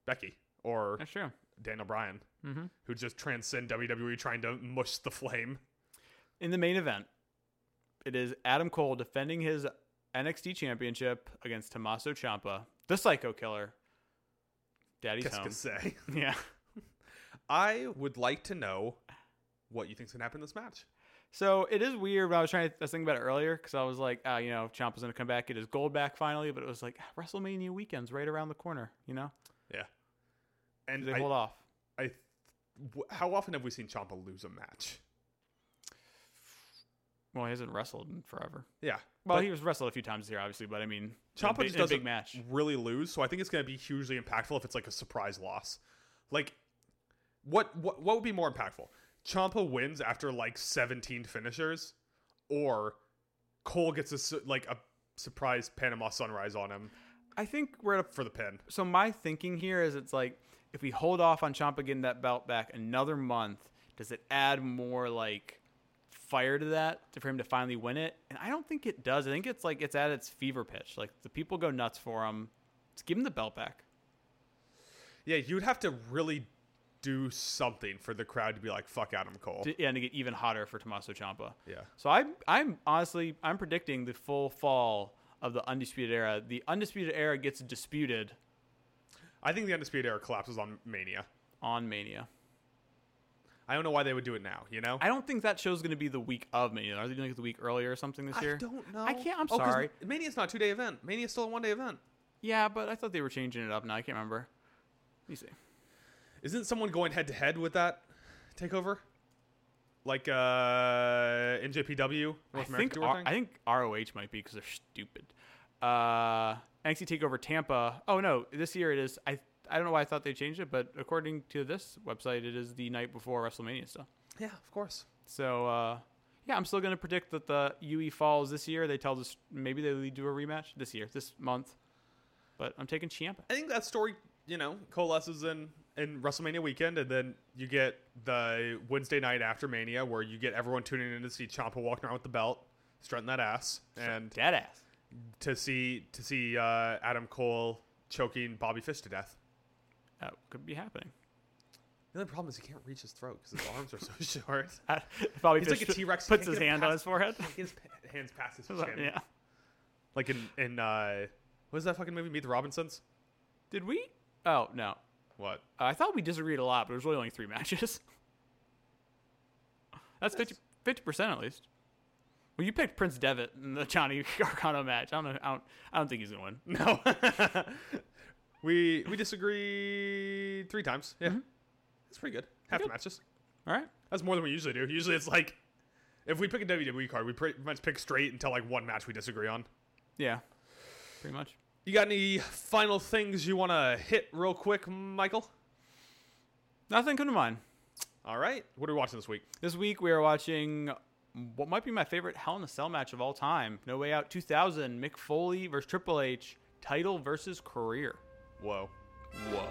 B: Becky or
A: That's true.
B: Daniel Bryan
A: Mm-hmm.
B: who just transcend WWE trying to mush the flame.
A: In the main event, it is Adam Cole defending his NXT championship against Tommaso Ciampa, the psycho killer. Daddy's
B: Qu'est-ce
A: home.
B: que c'est?
A: Yeah.
B: I would like to know what you think's gonna happen in this match.
A: So it is weird. But I was trying to I was thinking about it earlier because I was like, uh, you know, Ciampa's going to come back, get his gold back finally. But it was like ah, WrestleMania weekend's right around the corner. You know,
B: And
A: they
B: I-
A: hold off.
B: I, th- w- how often have we seen Champa lose a match?
A: Well, he hasn't wrestled in forever.
B: Yeah,
A: Well,
B: but
A: he was wrestled a few times here, obviously, but I mean,
B: Ciampa
A: Champa
B: just
A: just does a
B: doesn't
A: big match.
B: really lose. So I think it's gonna be hugely impactful if it's like a surprise loss. Like, what what what would be more impactful? Champa wins after like 17 finishers, or Cole gets a su- like a surprise Panama Sunrise on him
A: I think we're at a
B: for the pin.
A: so my thinking here is it's like if we hold off on Champa getting that belt back another month, does it add more like fire to that for him to finally win it? And I don't think it does. I think it's like it's at its fever pitch. Like the people go nuts for him. Let's give him the belt back.
B: Yeah, you'd have to really do something for the crowd to be like, "Fuck Adam Cole."
A: To, and to get even hotter for Tommaso Ciampa.
B: yeah.
A: So I'm I'm honestly I'm predicting the full fall of the undisputed era. The undisputed era gets disputed
B: I think the Undisputed Era collapses on Mania.
A: on Mania.
B: I don't know why they would do it now, you know?
A: I don't think that show's going to be the week of Mania. Are they doing it the week earlier or something this year?
B: don't know.
A: I can't- I'm
B: Oh, 'cause
A: sorry.
B: Mania's not a two day event. Mania's still a one day event.
A: Yeah, but I thought they were changing it up now. I can't remember. Let me see.
B: Isn't someone going head to head with that takeover? Like uh NJPW,
A: I
B: North American
A: think,
B: Tour
A: R-
B: thing?
A: I think ROH might be because they're stupid. Uh, NXT TakeOver Tampa. Oh, no. This year it is. I I don't know why I thought they changed it, but according to this website, it is the night before WrestleMania still.
B: yeah, of course.
A: So, uh, yeah, I'm still going to predict that the UE falls this year. They tell us maybe they do a rematch this year, this month. But I'm taking Ciampa.
B: I think that story, you know, coalesces in in WrestleMania weekend, and then you get the Wednesday night after Mania, where you get everyone tuning in to see Champa walking around with the belt, strutting that ass, and
A: Dead ass.
B: to see to see uh, Adam Cole choking Bobby Fish to death.
A: That could be happening.
B: The only problem is he can't reach his throat because his arms are so short.
A: Bobby
B: He's like
A: Fish
B: a T-Rex,
A: Puts
B: can't
A: his
B: get
A: hand on
B: past-
A: his forehead.
B: Can't get his pa- hands past his chin.
A: yeah.
B: Like in in uh, what is that fucking movie? Meet the Robinsons.
A: Did we? Oh no.
B: What?
A: Uh, I thought we disagreed a lot, but it was really only three matches. That's 50 percent at least. Well, you picked Prince Devitt in the Johnny Gargano match. I don't know. I don't, I don't think he's gonna win.
B: No. we we disagree three times. Yeah, it's Mm-hmm. pretty good. Half the
A: Good.
B: matches.
A: All right.
B: That's more than we usually do. Usually it's like if we pick a WWE card, we pretty much pick straight until like one match we disagree on.
A: Yeah. Pretty much.
B: You got any final things you want to hit real quick, Michael?
A: Nothing come to mind.
B: All right. What are we watching this week?
A: This week we are watching what might be my favorite Hell in a Cell match of all time. No Way Out 2000. Mick Foley versus Triple H. Title versus career.
B: Whoa.
A: Whoa.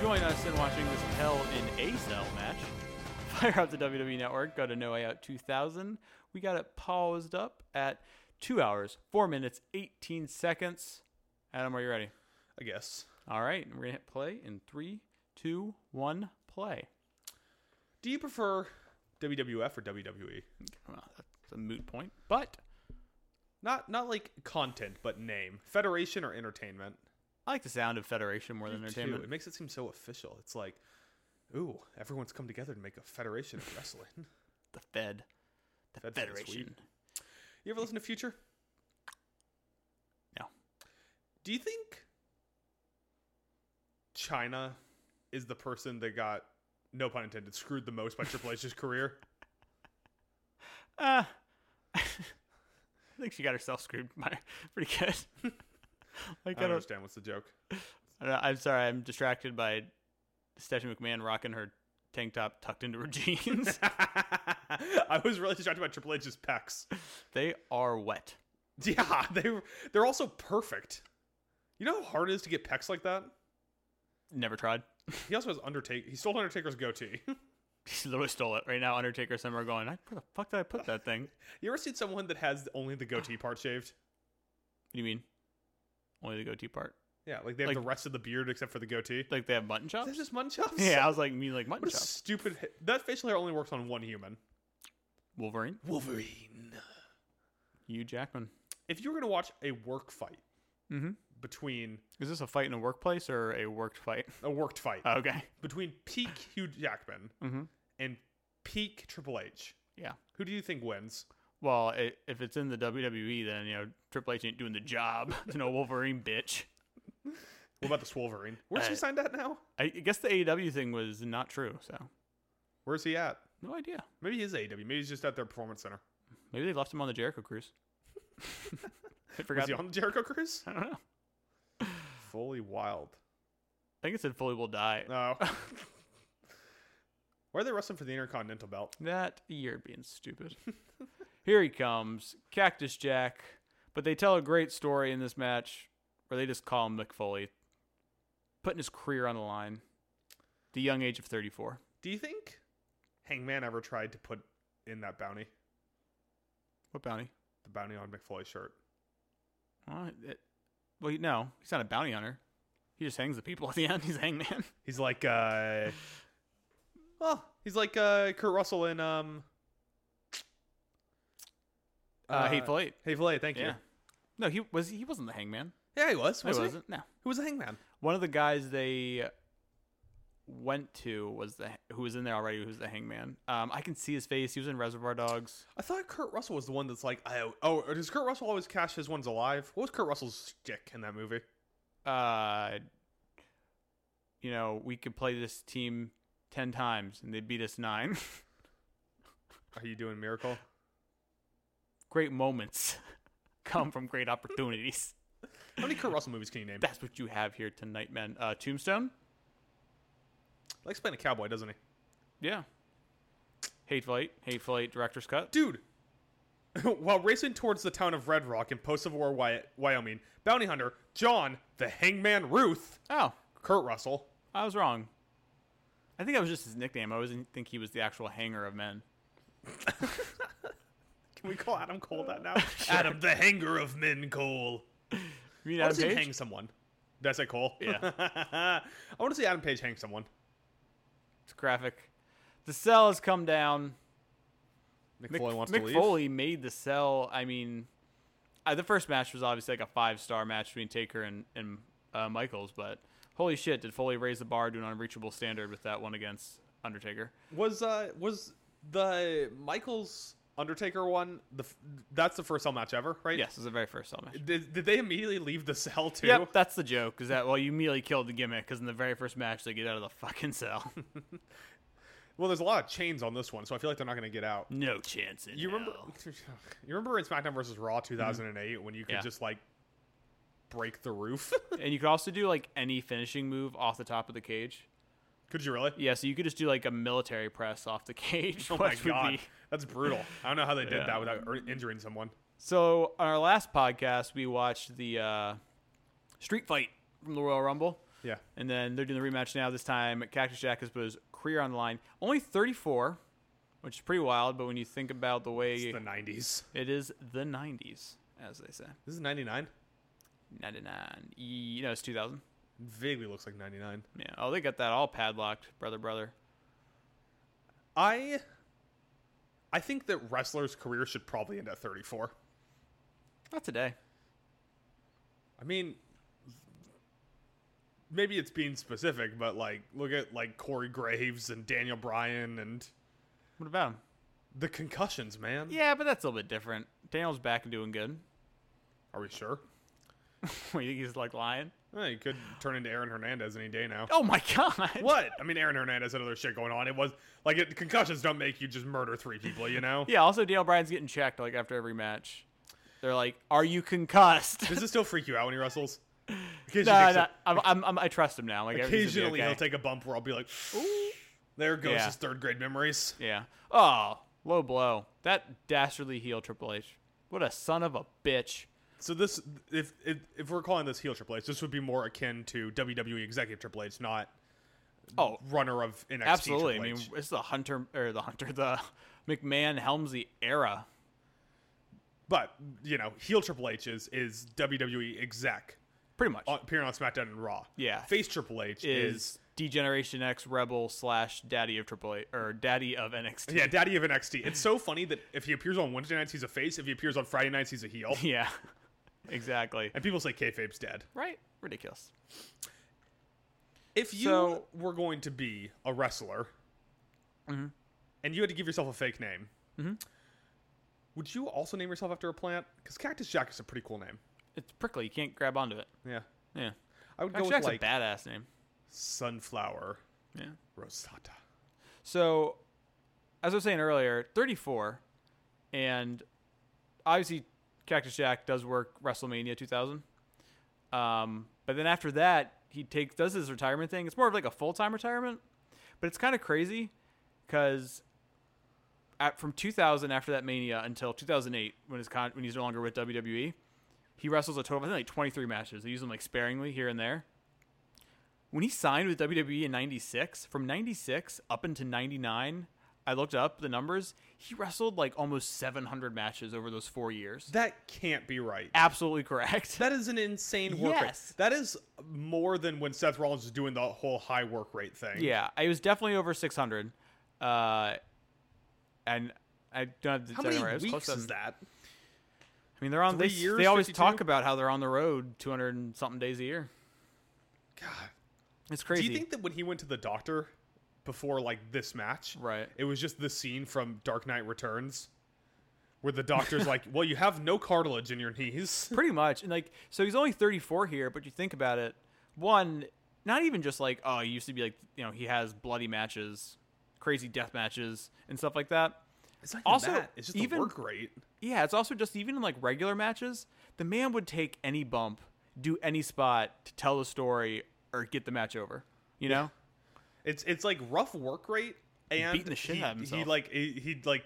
A: join us in watching this Hell in a Cell match. Fire up the WWE Network. Go to No Way Out 2000. We got it paused up at two hours, four minutes, 18 seconds. Adam, are you ready?
B: I guess.
A: All right, we're gonna hit play in three, two, one, play.
B: Do you prefer WWF or E? WWE?
A: Well, that's a moot point, but
B: Not not like content, but name. Federation or entertainment?
A: I like the sound of Federation more than
B: Me too.
A: entertainment.
B: It makes it seem so official. It's like, ooh, everyone's come together to make a federation of wrestling.
A: The Fed, the
B: Fed sounds sweet.
A: Federation.
B: you ever listen to Future?
A: No.
B: Do you think China is the person that got, no pun intended, screwed the most by Triple H's career?
A: Uh, I think she got herself screwed by pretty good. like
B: I don't understand what's the joke.
A: I don't know, I'm sorry, I'm distracted by Stephanie McMahon rocking her tank top tucked into her jeans.
B: I was really distracted by Triple H's pecs.
A: they are wet.
B: Yeah, they they're also perfect. You know how hard it is to get pecs like that.
A: Never tried.
B: He also has Undertaker. He stole Undertaker's goatee.
A: She literally stole it. Right now, Undertaker somewhere going, "I- where the fuck did I put that thing?
B: you ever seen someone that has only the goatee part shaved?
A: What do you mean? Only the goatee part.
B: Yeah, like they have
A: Like-
B: the rest of the beard except for the goatee.
A: Like they have mutton chops?
B: There's just mutton chops.
A: Yeah, I was like, you mean like mutton
B: what a
A: chops?
B: stupid. hi- That facial hair only works on one human.
A: Wolverine?
B: Wolverine.
A: You Jackman.
B: If you were gonna watch a work fight Mm-hmm.
A: Mhm.
B: between
A: Is this a fight in a workplace or a worked fight? Oh,
B: a worked fight
A: Okay.
B: between peak Hugh Jackman
A: Mm-hmm.
B: and peak Triple H,
A: Yeah.
B: who do you think wins?
A: Well, i if it's in the WWE, then, you know, Triple H ain't doing the job. It's no Wolverine, bitch.
B: What about the Swolverine? Where's he
A: Uh,
B: signed at now?
A: I I guess the AEW thing was not true, so
B: Where's he at?
A: no idea.
B: Maybe he is AEW. Maybe he's just at their performance center.
A: Maybe they left him on the Jericho cruise. I
B: Was
A: forgot.
B: he
A: that-
B: on the Jericho Cruise?
A: I don't know.
B: Fully wild.
A: I think it said Foley will die.
B: No. Why are they wrestling for the Intercontinental Belt?
A: That you're being stupid. Here he comes, Cactus Jack. But they tell a great story in this match where they just call him Mick Foley, putting his career on the line. The young age of 34.
B: Do you think Hangman ever tried to put in that bounty?
A: What bounty?
B: The bounty on McFoley's shirt.
A: Well, it, well, no, he's not a bounty hunter. He just hangs the people at the end. He's a hangman.
B: He's like, uh. Well, he's like uh, Kurt Russell in. um.
A: Uh, Hateful Eight.
B: Hateful Eight, thank you.
A: Yeah. No, he was. He wasn't the hangman.
B: Yeah, he was.
A: He
B: Wasn't he?
A: wasn't. No.
B: Who was the Hangman?
A: One of the guys they went to was the who was in there already. Who was the hangman? Um, I can see his face. He was in Reservoir Dogs.
B: I thought Kurt Russell was the one that's like, I, oh, does Kurt Russell always cash his ones alive? What was Kurt Russell's stick in that movie?
A: Uh, you know, we could play this team ten times and they beat us nine.
B: Are you doing miracle?
A: great moments come from great opportunities.
B: How many Kurt Russell movies can you name?
A: That's what you have here tonight, man. Uh, Tombstone.
B: Like playing a cowboy, doesn't he?
A: Yeah. Hateful Eight. Hateful Eight. Director's cut.
B: Dude, while racing towards the town of Red Rock in post-Civil War Wy- Wyoming, bounty hunter John the Hangman Ruth,
A: Oh,
B: Kurt Russell.
A: I was wrong. I think that was just his nickname. I wasn't think he was the actual hanger of men.
B: Can we call Adam Cole that now? Adam the Hanger of Men Cole.
A: You mean Adam
B: I want to see him
A: Page?
B: hang someone. Did I say Cole?
A: Yeah.
B: I want to see Adam Page hang someone.
A: It's graphic. The cell has come down.
B: Mick Foley wants
A: Mick
B: to leave.
A: Foley made the cell. I mean, uh, the first match was obviously like a five star match between Taker and, and uh, Michaels, but holy shit, did Foley raise the bar to an unreachable standard with that one against Undertaker?
B: Was uh was the Michaels Undertaker one the f- that's the first cell match ever, right?
A: Yes, it was the very first cell match.
B: Did, did they immediately leave the cell too?
A: Yep, that's the joke. Is that well, you immediately killed the gimmick because in the very first match they get out of the fucking cell.
B: Well, there's a lot of chains on this one, so I feel like they're not going to get out.
A: no chance in
B: You remember?
A: hell.
B: You remember in SmackDown versus Raw 2008 when you could
A: Mm-hmm. Yeah.
B: just like break the roof?
A: and you could also do like any finishing move off the top of the cage.
B: could you really?
A: Yeah, so you could just do like a military press off the cage.
B: Oh my
A: which would
B: god,
A: be-
B: that's brutal. I don't know how they did
A: Yeah.
B: that without er- injuring someone.
A: So on our last podcast, we watched the uh, street fight from the Royal Rumble.
B: Yeah.
A: And then they're doing the rematch now. This time, Cactus Jack has put his career on the line. Only 34, which is pretty wild. But when you think about the way
B: It's the 90s.
A: it is the 90s, as they say,
B: This is 99.
A: 99. You know, it's 2000.
B: Vaguely looks like 99.
A: Yeah. Oh, they got that all padlocked, brother, brother.
B: I I think that wrestlers' careers should probably end at 34.
A: Not today.
B: I mean, maybe it's being specific, but like, look at like Corey Graves and Daniel Bryan and
A: What about him?
B: the concussions, man.
A: Yeah, but that's a little bit different. Daniel's back and doing good.
B: Are we sure?
A: what, you think he's like lying?
B: Eh, he could turn into Aaron Hernandez any day now.
A: Oh my god!
B: What? I mean, Aaron Hernandez had other shit going on. It was like it, concussions don't make you just murder three people, you know.
A: Yeah. Also, Dale Bryan's getting checked like after every match. They're like, "Are you concussed?"
B: Does it still freak you out when he wrestles? Because
A: no, no, I'm, I'm, I'm, I trust him now. Like everything's gonna
B: occasionally
A: be okay.
B: he'll take a bump where I'll be like, there goes
A: Yeah.
B: his third grade memories.
A: Yeah. Oh, low blow. That dastardly heel Triple H. What a son of a bitch.
B: So this, if if, if we're calling this heel Triple H, this would be more akin to WWE executive Triple H, not
A: Oh,
B: runner of NXT.
A: absolutely. I
B: Triple
A: mean,
B: H.
A: it's the Hunter or the Hunter the McMahon Helmsley era.
B: but you know, heel Triple H is is WWE exec
A: Pretty much
B: on- appearing on SmackDown and Raw.
A: Yeah.
B: face Triple H
A: is,
B: is,
A: Degeneration X Rebel slash Daddy of Triple H or Daddy of NXT.
B: yeah, daddy of NXT. It's so funny that if he appears on Wednesday nights, he's a face. If he appears on Friday nights, he's a heel.
A: Yeah. exactly.
B: and people say kayfabe's dead.
A: Right. Ridiculous.
B: If you
A: So-
B: were going to be a wrestler
A: Mm-hmm.
B: and you had to give yourself a fake name, would you also name yourself after a plant? Because Cactus Jack is a pretty cool name.
A: It's prickly. You can't grab onto it.
B: Yeah.
A: Yeah.
B: I would
A: Actually,
B: go with
A: that's
B: like
A: a badass name.
B: Sunflower
A: Yeah.
B: Rosata.
A: So, as I was saying earlier, 34, and obviously Cactus Jack does work WrestleMania 2000. Um, but then after that, he takes does his retirement thing. It's more of like a full time retirement, but it's kind of crazy because from 2000 after that Mania until 2008 when his con- when he's no longer with WWE, he wrestles a total of I think like 23 matches. They use him like sparingly here and there when he signed with WWE in 96, from 96 up into 99, I looked up the numbers. He wrestled like almost 700 matches over those four years.
B: That can't be right.
A: Absolutely correct.
B: That is an insane work
A: Yes.
B: rate. That is more than when Seth Rollins was doing the whole high work rate thing.
A: yeah, I was definitely over 600. Uh, and I don't have the
B: How
A: I
B: many
A: was close
B: weeks
A: to
B: is
A: them.
B: that?
A: I mean, they're on
B: Three
A: they,
B: years,
A: They always
B: 52?
A: talk about how they're on the road 200 and something days a year.
B: God.
A: It's crazy.
B: Do you think that when he went to the doctor before like this match,
A: Right.
B: It was just the scene from Dark Knight Returns where the doctor's like, "Well, you have no cartilage in your knees."
A: pretty much and like so he's only 34 here but you think about it one not even just like oh he used to be like you know he has bloody matches crazy death matches and stuff like that
B: It's like
A: Also,
B: also that. it's just
A: even-
B: the work rate.
A: yeah it's also just even in like regular matches the man would take any bump do any spot to tell the story or get the match over you know
B: It's it's like rough work rate and
A: Beating the shit
B: he,
A: out of
B: he
A: himself.
B: like he, he like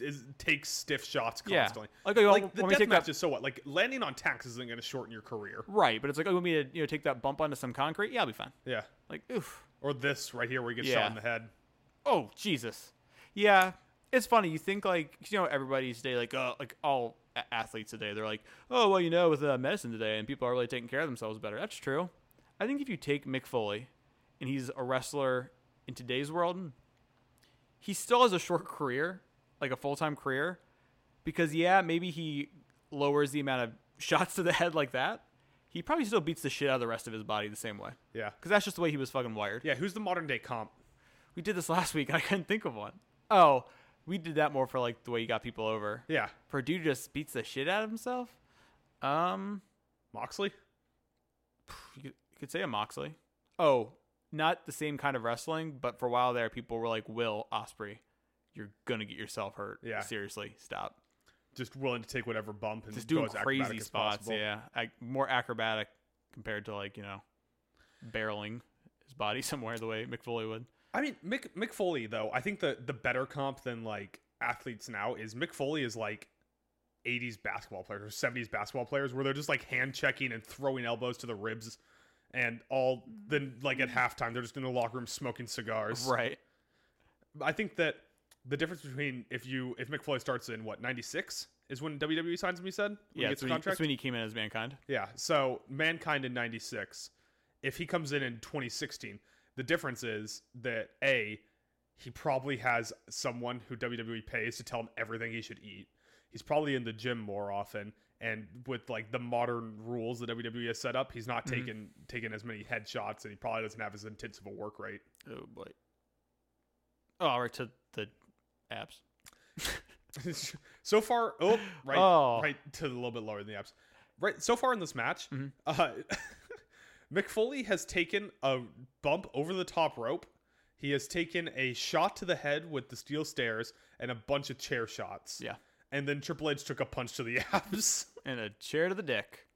B: is, takes stiff shots
A: Yeah.
B: constantly.
A: Like, oh,
B: Like, the
A: when we
B: death
A: take
B: match
A: that-
B: is so what? Like landing on tax isn't going to shorten your career.
A: right but it's like oh you want me to you know take that bump onto some concrete yeah i'll be fine
B: Yeah.
A: like oof
B: Or this right here where he gets
A: Yeah.
B: shot in the head.
A: Oh Jesus! Yeah, it's funny. You think like you know everybody's day like uh, like all a- athletes today they're like oh well you know with uh, medicine today and people are really taking care of themselves better. That's true. I think if you take Mick Foley, and he's a wrestler in today's world, he still has a short career, like a full time career, because yeah maybe he lowers the amount of shots to the head like that. He probably still beats the shit out of the rest of his body the same way.
B: Yeah.
A: Because that's just the way he was fucking wired.
B: Yeah, who's the modern day comp?
A: We did this last week. and I couldn't think of one. Oh, we did that more for like the way you got people over.
B: Yeah.
A: Purdue just beats the shit out of himself. Um,
B: Moxley?
A: you could, you could say a Moxley. Oh, not the same kind of wrestling, but for a while there, people were like, "Will Osprey, you're gonna get yourself hurt.
B: Yeah.
A: seriously, stop.
B: Just willing to take whatever bump and
A: Just
B: go
A: doing
B: as acrobatic
A: crazy
B: as
A: spots.
B: possible.
A: Yeah, I, more acrobatic compared to like you know, barreling his body somewhere the way McFoley would.
B: I mean, Mick Mick Foley though. I think the the better comp than like athletes now is Mick Foley is like. 80s basketball players or 70s basketball players where they're just like hand checking and throwing elbows to the ribs and all then like at halftime they're just in the locker room smoking cigars.
A: Right.
B: I think that the difference between if you if McFly starts in what ninety six is when WWE signs him. You said when
A: yeah,
B: he gets
A: it's
B: the
A: when, he,
B: contract.
A: it's when he came in as Mankind.
B: yeah. So Mankind in ninety six, if he comes in in twenty sixteen, the difference is that a he probably has someone who WWE pays to tell him everything he should eat. He's probably in the gym more often, and with like the modern rules that WWE has set up, he's not taking taking as many headshots, and he probably doesn't have as intensive a work rate.
A: Oh boy. Oh, right to the abs.
B: so far, oh, right,
A: Oh.
B: right to a little bit lower than the apps. Right, so far in this match,
A: Mm-hmm.
B: uh, McFoley has taken a bump over the top rope. He has taken a shot to the head with the steel stairs and a bunch of chair shots.
A: Yeah.
B: And then Triple H took a punch to the abs.
A: And a chair to the dick.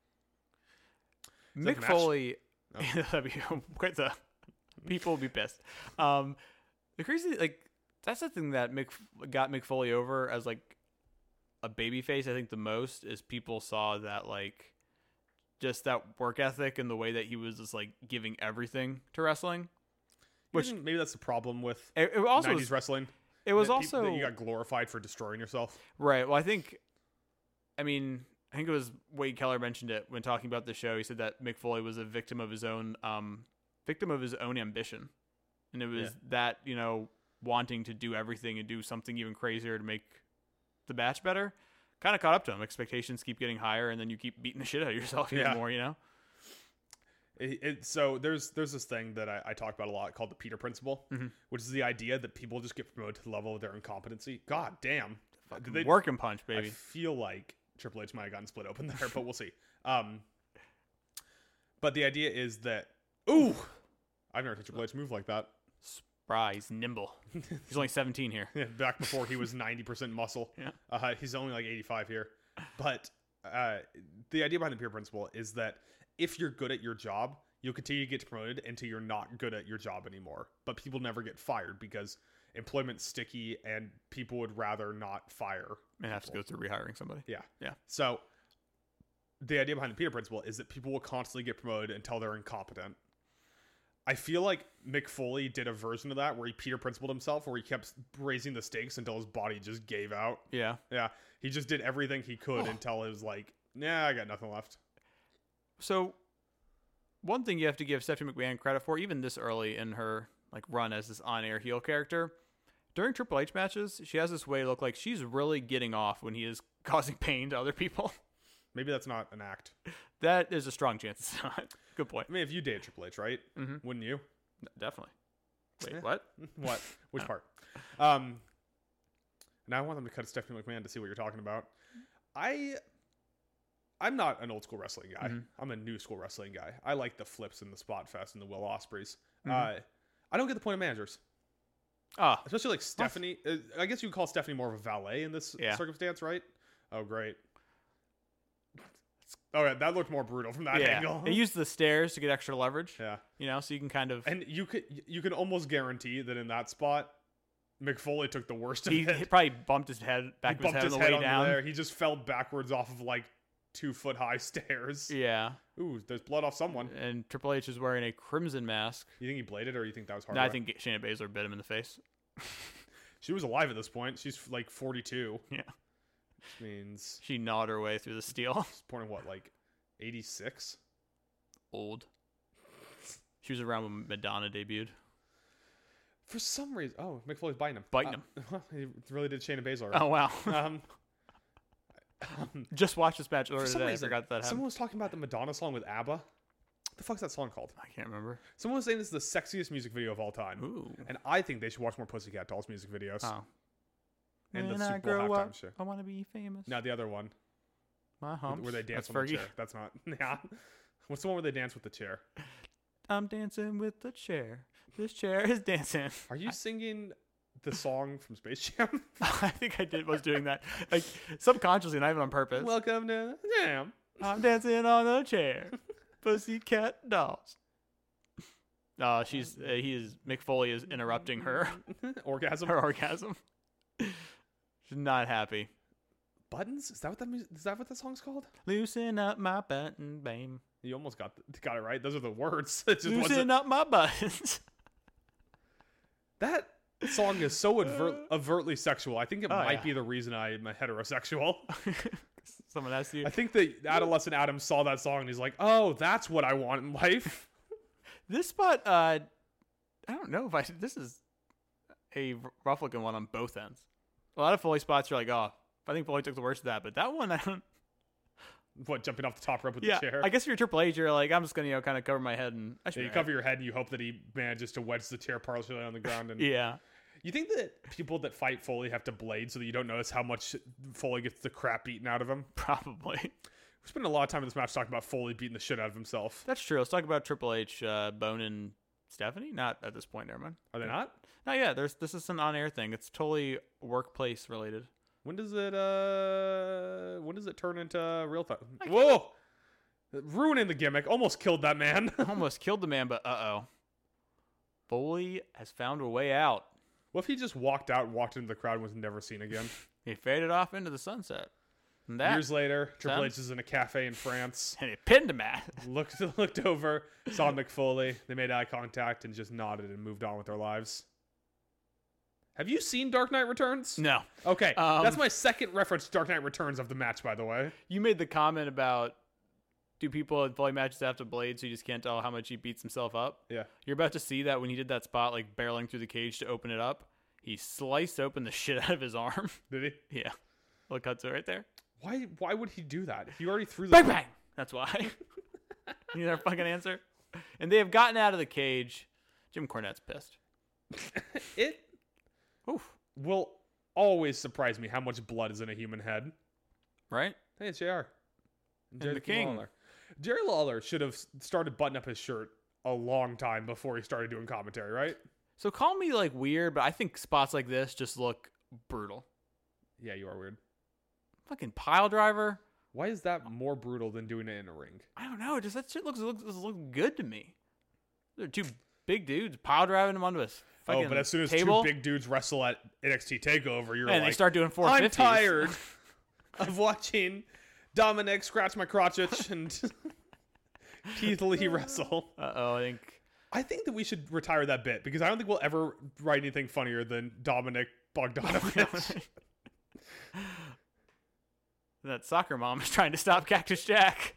B: that
A: Mick
B: the match? Oh.
A: Foley that'd be quite the people would be pissed. Um the crazy like that's the thing that Mick got Mick Foley over as like a baby face, I think the most is people saw that like just that work ethic and the way that he was just like giving everything to wrestling. Which-
B: Which maybe that's the problem with
A: It, it also
B: 90s
A: was,
B: wrestling.
A: it was
B: that peop-
A: also
B: that you got glorified for destroying yourself.
A: Right. Well, I think, I mean, I think it was Wade Keller mentioned it when talking about the show. He said that Mick Foley was a victim of his own, um, victim of his own ambition, and it was
B: Yeah.
A: that you know wanting to do everything and do something even crazier to make the match better. Kind of caught up to him. Expectations keep getting higher, and then you keep beating the shit out of yourself even
B: Yeah.
A: more. You know.
B: it, it, so there's there's this thing that I, I talk about a lot called the Peter Principle,
A: Mm-hmm.
B: which is the idea that people just get promoted to the level of their incompetency. God damn, Did they-
A: Work and punch,
B: I
A: baby.
B: feel like Triple H might have gotten split open there, but we'll see. Um, but the idea is that ooh, I've never seen Triple H move like that.
A: Spry, he's nimble. he's only 17 here.
B: Back before he was ninety percent muscle.
A: Yeah.
B: Uh, he's only like eighty five here. But uh, the idea behind the Peter Principle is that if you're good at your job, you'll continue to get promoted until you're not good at your job anymore. But people never get fired because employment's sticky, and people would rather not fire
A: And have to go through rehiring somebody.
B: yeah.
A: Yeah.
B: So the idea behind the Peter principle is that people will constantly get promoted until they're incompetent. I feel like Mick Foley did a version of that where he Peter principled himself, where he kept raising the stakes until his body just gave out.
A: Yeah.
B: Yeah. He just did everything he could until it was like, nah, I got nothing left.
A: So, one thing you have to give Stephanie McMahon credit for, even this early in her like run as this on-air heel character, during Triple H matches, she has this way to look like she's really getting off when he is causing pain to other people.
B: Maybe that's not an act.
A: that is a strong chance it's not. Good point.
B: I mean, if you dated Triple H, right?
A: Mhm.
B: Wouldn't you?
A: Definitely.
B: Yeah.
A: Wait, what?
B: What?
A: Uh.
B: Which part? Um, now I want them to cut Stephanie McMahon to see what you're talking about. I, I'm not an old school wrestling guy.
A: Mm-hmm.
B: I'm a new school wrestling guy. I like the flips and the spot fest and the Will Ospreys.
A: Mm-hmm.
B: Uh, I don't get the point of managers,
A: Ah,
B: especially like Stephanie. Uh, I guess you would call Stephanie more of a valet in this
A: Yeah.
B: circumstance, right? Oh, great. All right, that looked more brutal from that
A: yeah.
B: angle.
A: They use the stairs to get extra leverage.
B: yeah.
A: You know, so you can kind of
B: And you could you can almost guarantee that in that spot, McFoley took the worst of
A: he,
B: it.
A: he probably bumped his head back of
B: he
A: his
B: bumped
A: head
B: his
A: on the
B: head
A: way
B: onto
A: down.
B: there. He just fell backwards off of like two foot high stairs.
A: Yeah.
B: Ooh, there's blood off someone.
A: And Triple H is wearing a crimson mask.
B: You think he bladed, or you think that was hard?
A: No, I
B: work?
A: think Shayna Baszler bit him in the face.
B: she was alive at this point. She's like 42,
A: Yeah.
B: which means
A: She gnawed her way through the steel.
B: she's born in what, like 86?
A: Old. She was around when Madonna debuted.
B: For some reason, oh, McFoley's biting him.
A: Biting
B: Uh, he really did Shayna Baszler.
A: Oh wow!
B: Um,
A: Just watched this match earlier
B: for some
A: today. I
B: reason,
A: forgot that happened.
B: someone was talking about the Madonna song with ABBA. What the fuck's that song called?
A: I can't remember.
B: Someone was saying it's the sexiest music video of all time.
A: Ooh.
B: And I think they should watch more Pussycat Dolls music videos.
A: Oh.
B: And the
A: When I
B: Super Bowl
A: grow
B: halftime
A: up,
B: show.
A: I want to be famous.
B: Now the other one.
A: My humps.
B: where they dance
A: That's
B: on the
A: Fergie.
B: chair. That's not. Yeah. What's the one where they dance with the chair?
A: I'm dancing with the chair. This chair is dancing.
B: Are you singing the song from Space Jam?
A: I think I did was doing that, like subconsciously, not even on purpose.
B: Welcome to Jam.
A: I'm dancing on a chair. Pussycat dolls. Uh, she's uh, he is Mick Foley is interrupting her
B: Orgasm
A: her orgasm. She's not happy.
B: buttons. Is that what that music? Is that what that song's called?
A: Loosen up my button, babe.
B: You almost got got it right. Those are the words. It just wasn't-
A: Loosen up my buttons.
B: That song is so advert- overtly sexual. I think it
A: Oh,
B: might
A: yeah.
B: be the reason I'm a heterosexual.
A: Someone asked you.
B: I think that adolescent Adam saw that song and he's like, "Oh, that's what I want in life."
A: This spot, uh, I don't know if I. This is a r- rough looking one on both ends. A lot of Foley spots are like, oh, I think Foley took the worst of that, but that one, I don't.
B: what jumping off the top rope with
A: Yeah,
B: the chair?
A: I guess if you're Triple H, you're like, I'm just gonna you know kind of cover my head and I should.
B: Yeah, you
A: be
B: cover your head and you hope that he manages to wedge the chair partially on the ground. And
A: alright." yeah,
B: you think that people that fight Foley have to blade so that you don't notice how much Foley gets the crap beaten out of him?
A: probably.
B: We spent a lot of time in this match talking about Foley beating the shit out of himself.
A: That's true. Let's talk about Triple H, uh, Bone and Stephanie. Not at this point, never mind.
B: Are they not?
A: No, yeah, there's this is an on-air thing. It's totally workplace related.
B: When does it uh when does it turn into real time? Whoa! Ruining the gimmick. Almost killed that man.
A: Almost killed the man, but uh oh, Foley has found a way out.
B: what if he just walked out and walked into the crowd and was never seen again?
A: He faded off into the sunset. And that
B: Years later, Triple
A: Sam?
B: H is in a cafe in France.
A: and he pinned him at.
B: looked looked over, saw McFoley. They made eye contact and just nodded and moved on with their lives. Have you seen Dark Knight Returns?
A: No.
B: Okay,
A: Um,
B: that's my second reference to Dark Knight Returns of the match, by the way.
A: You made the comment about do people in Foley matches have to blade so you just can't tell how much he beats himself up?
B: Yeah.
A: You're about to see that when he did that spot, like barreling through the cage to open it up, he sliced open the shit out of his arm.
B: Did he?
A: yeah. Look, cuts it right there.
B: Why? Why would he do that? He already threw the
A: Bang, bang! That's why. you know their fucking answer? And they have gotten out of the cage. Jim Cornette's pissed.
B: It
A: Oof.
B: will always surprise me how much blood is in a human head.
A: Right?
B: Hey, it's Jr. And Jerry
A: the King.
B: Lawler. Jerry Lawler should have s- started button up his shirt a long time before he started doing commentary, right?
A: So call me like weird, but I think spots like this just look brutal.
B: Yeah, you are weird.
A: Fucking pile driver.
B: Why is that more brutal than doing it in a ring?
A: I don't know. Just that shit looks looks just looks good to me. They're two big dudes pile driving them onto a fucking
B: oh, but as soon as
A: table,
B: two big dudes wrestle at NXT Takeover, you're
A: and
B: like,
A: they start doing four.
B: I'm tired of watching Dominic scratch my crotch itch and Keith Lee wrestle.
A: Uh oh, I think
B: I think that we should retire that bit because I don't think we'll ever write anything funnier than Dominic Bogdanovich.
A: that soccer mom is trying to stop Cactus Jack.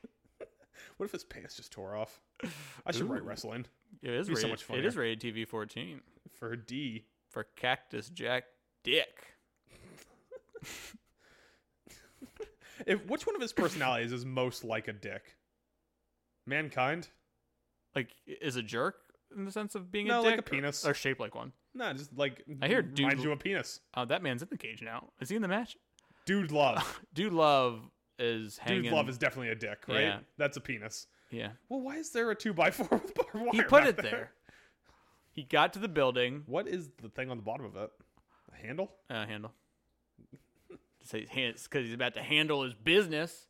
B: what if his pants just tore off? I should write
A: Ooh.
B: wrestling
A: It is
B: It'd be
A: rated,
B: so much
A: it is
B: funnier.
A: rated TV fourteen
B: for a D.
A: for Cactus Jack Dick.
B: If which one of his personalities is most like a dick? Mankind?
A: Like is a jerk in the sense of being
B: No,
A: a
B: like
A: dick
B: a penis.
A: or, or shaped like one.
B: Nah, just like
A: I hear
B: mind
A: dude-
B: you a penis.
A: Uh, that man's in the cage now. Is he in the match?
B: Dude love.
A: Dude Love is hanging.
B: Dude, love is definitely a dick, right?
A: Yeah.
B: That's a penis.
A: yeah.
B: Well, why is there a two by four with barbed wire?
A: He put
B: back
A: it there. He got to the building
B: What is the thing on the bottom of it? A handle?
A: uh, handle. Say his hands because he's about to handle his business.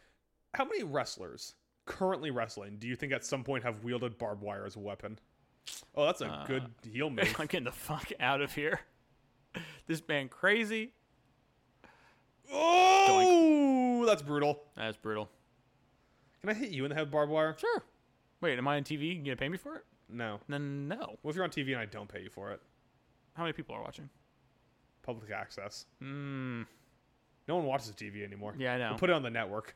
B: How many wrestlers currently wrestling do you think at some point have wielded barbed wire as a weapon? Oh, that's
A: Uh,
B: a good heel move.
A: I'm getting the fuck out of here. This man crazy.
B: oh, that's brutal.
A: That's brutal.
B: Can I hit you in the head with barbed wire?
A: Sure. Wait, am I on TV? You gonna pay me for it?
B: No.
A: Then no.
B: Well, if you're on TV and I don't pay you for it?
A: How many people are watching?
B: Public access.
A: Hmm.
B: No one watches TV anymore.
A: Yeah, I know.
B: We'll put it on the network.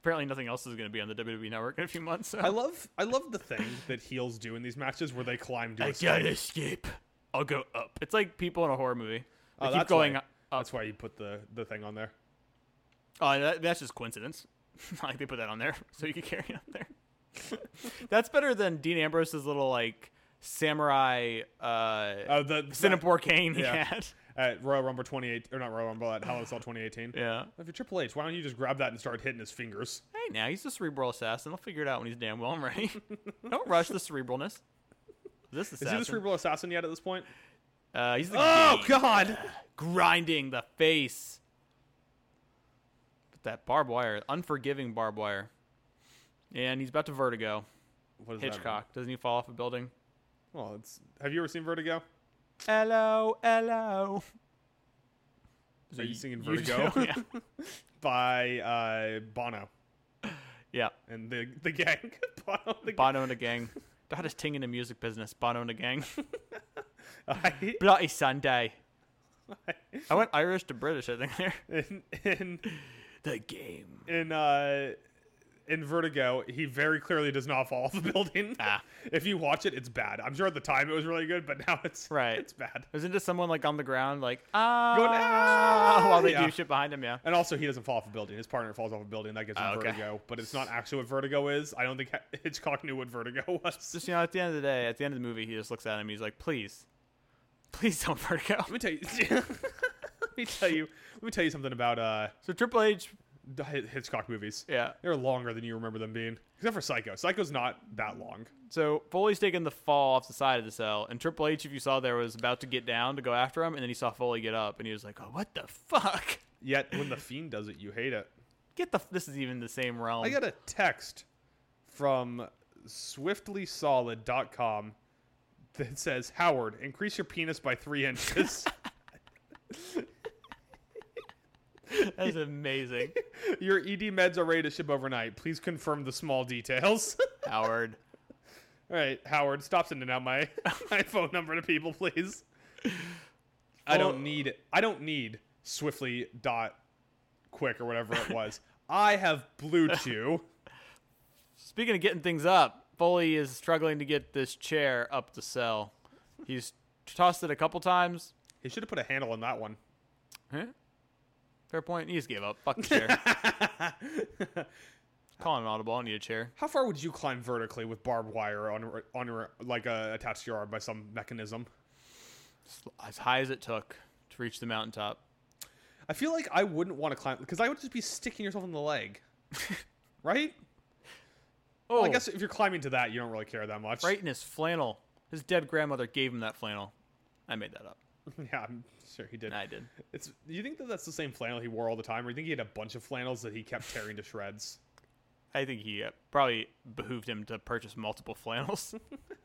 A: Apparently, nothing else is gonna be on the WWE network in a few months. So.
B: I love I love the thing that heels do in these matches where they climb to a
A: gotta escape. I'll go up. It's like people in a horror movie. They
B: Oh,
A: keep
B: that's
A: going
B: why-
A: up.
B: That's why you put the, the thing on there.
A: Oh, that, that's just coincidence. like they put that on there so you could carry it on there. that's better than Dean Ambrose's little like samurai uh,
B: Uh, the
A: Cinnabore cane he
B: yeah.
A: had.
B: at Royal Rumble 28 or not Royal Rumble at Hell in a Cell 2018.
A: Yeah.
B: If you're Triple H, why don't you just grab that and start hitting his fingers?
A: Hey, now he's a cerebral assassin. I'll figure it out when he's damn well ready. Don't rush the cerebralness. This
B: Is
A: assassin.
B: he the cerebral assassin yet at this point?
A: Uh, he's the
B: Oh
A: game.
B: God!
A: grinding the face. But that barbed wire, unforgiving barbed wire, and he's about to vertigo.
B: What is that mean?
A: Hitchcock doesn't he fall off a building?
B: Well, it's. Have you ever seen Vertigo?
A: Hello, hello.
B: Are you singing
A: You-
B: Vertigo?
A: yeah.
B: By uh, Bono.
A: Yeah.
B: and the the gang. Bono and the gang.
A: Bono and a gang. The hottest thing in the music business, Bono and a gang.
B: I,
A: Bloody Sunday.
B: I-
A: I went Irish to British, I think, there.
B: in in
A: The game.
B: in uh, in Vertigo, he very clearly does not fall off the building.
A: Ah.
B: If you watch it, it's bad. I'm sure at the time it was really good, but now it's
A: Right.
B: It's bad.
A: Isn't just someone like on the ground, like, ah,
B: "Ah!"
A: while they
B: Yeah.
A: do shit behind him, yeah.
B: And also, he doesn't fall off a building. His partner falls off a building. That gives him
A: Oh, okay.
B: vertigo, but it's not actually what vertigo is. I don't think Hitchcock knew what vertigo was.
A: Just, you know, at the end of the day, at the end of the movie, he just looks at him. He's like, please, please don't vertigo.
B: let me tell you. let me tell you. Let me tell you something about uh,
A: So Triple H,
B: the Hi- Hitchcock movies.
A: yeah.
B: They're longer than you remember them being, except for Psycho. Psycho's not that long.
A: So Foley's taking the fall off the side of the cell, and Triple H, if you saw there, was about to get down to go after him, and then he saw Foley get up, and he was like, oh, what the fuck?
B: Yet when the fiend does it, you hate it.
A: Get the. This is even the same realm.
B: I got a text from swiftlysolid.com that says, Howard, increase your penis by three inches.
A: That's amazing,
B: your ED meds are ready to ship overnight. Please confirm the small details.
A: Howard.
B: All right, Howard, stop sending out my, my phone number to people, please. I
A: Well-
B: don't need I don't need swiftly dot quick or whatever it was. I have blue chew.
A: Speaking of getting things up, Foley is struggling to get this chair up the cell. He's tossed it a couple times.
B: He should have put a handle on that one.
A: Huh? Fair point. He just gave up. Fuck the chair. Calling an audible. I need a chair.
B: How far would you climb vertically with barbed wire on on your- like uh, attached to your arm by some mechanism?
A: As high as it took to reach the mountaintop.
B: I feel like I wouldn't want to climb because I would just be sticking yourself in the leg, right?
A: Oh,
B: Well, I guess if you're climbing to that, you don't really care that much,
A: right in his flannel. His dead grandmother gave him that flannel. I made that up.
B: Yeah, I'm sure he did.
A: I did.
B: It's. Do you think that that's the same flannel he wore all the time, or do you think he had a bunch of flannels that he kept tearing to shreds?
A: I think he uh, probably behooved him to purchase multiple flannels.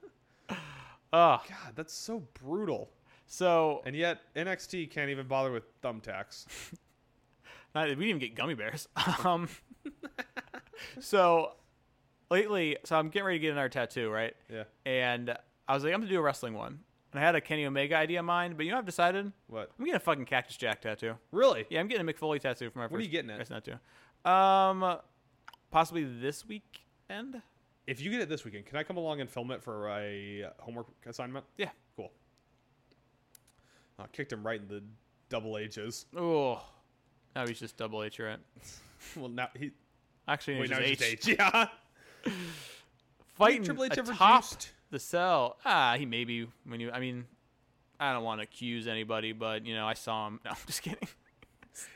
A: Ah,
B: God, that's so brutal.
A: so
B: And yet NXT can't even bother with thumbtacks.
A: Not, we didn't even get gummy bears. Um, so lately, so I'm getting ready to get another tattoo, right?
B: Yeah.
A: And I was like, I'm gonna do a wrestling one, and I had a Kenny Omega idea in mind, but you know, what I've decided
B: What?
A: I'm getting a fucking Cactus Jack tattoo.
B: Really?
A: Yeah, I'm getting a McFoley tattoo for my first.
B: When are you getting it?
A: wrestling tattoo. Um, possibly this weekend.
B: If you get it this weekend, can I come along and film it for a homework assignment?
A: Yeah.
B: Cool. Uh, kicked him right in the double H's.
A: Oh, now he's just double H, right?
B: Well, now he.
A: Actually, he's
B: Wait, now
A: just
B: he's
A: H.
B: just H. Yeah.
A: Fighting
B: Triple H ever
A: atop
B: juiced?
A: the cell. Ah, he maybe when you. I mean, I don't want to accuse anybody, but you know, I saw him. No, I'm just kidding.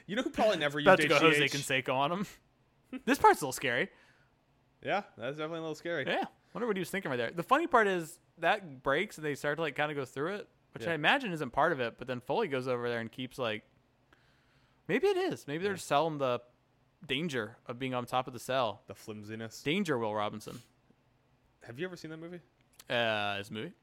B: You know who probably never used
A: About to go Jose
B: HGH?
A: Canseco on him. this part's a little scary.
B: Yeah, that's definitely a little scary.
A: Yeah, wonder what he was thinking right there. The funny part is that breaks and they start to like kind of go through it, which
B: Yeah.
A: I imagine isn't part of it. But then Foley goes over there and keeps like, maybe it is. Maybe they're just selling the danger of being on top of the cell.
B: The flimsiness.
A: Danger, Will Robinson.
B: Have you ever seen that movie?
A: Uh, his movie.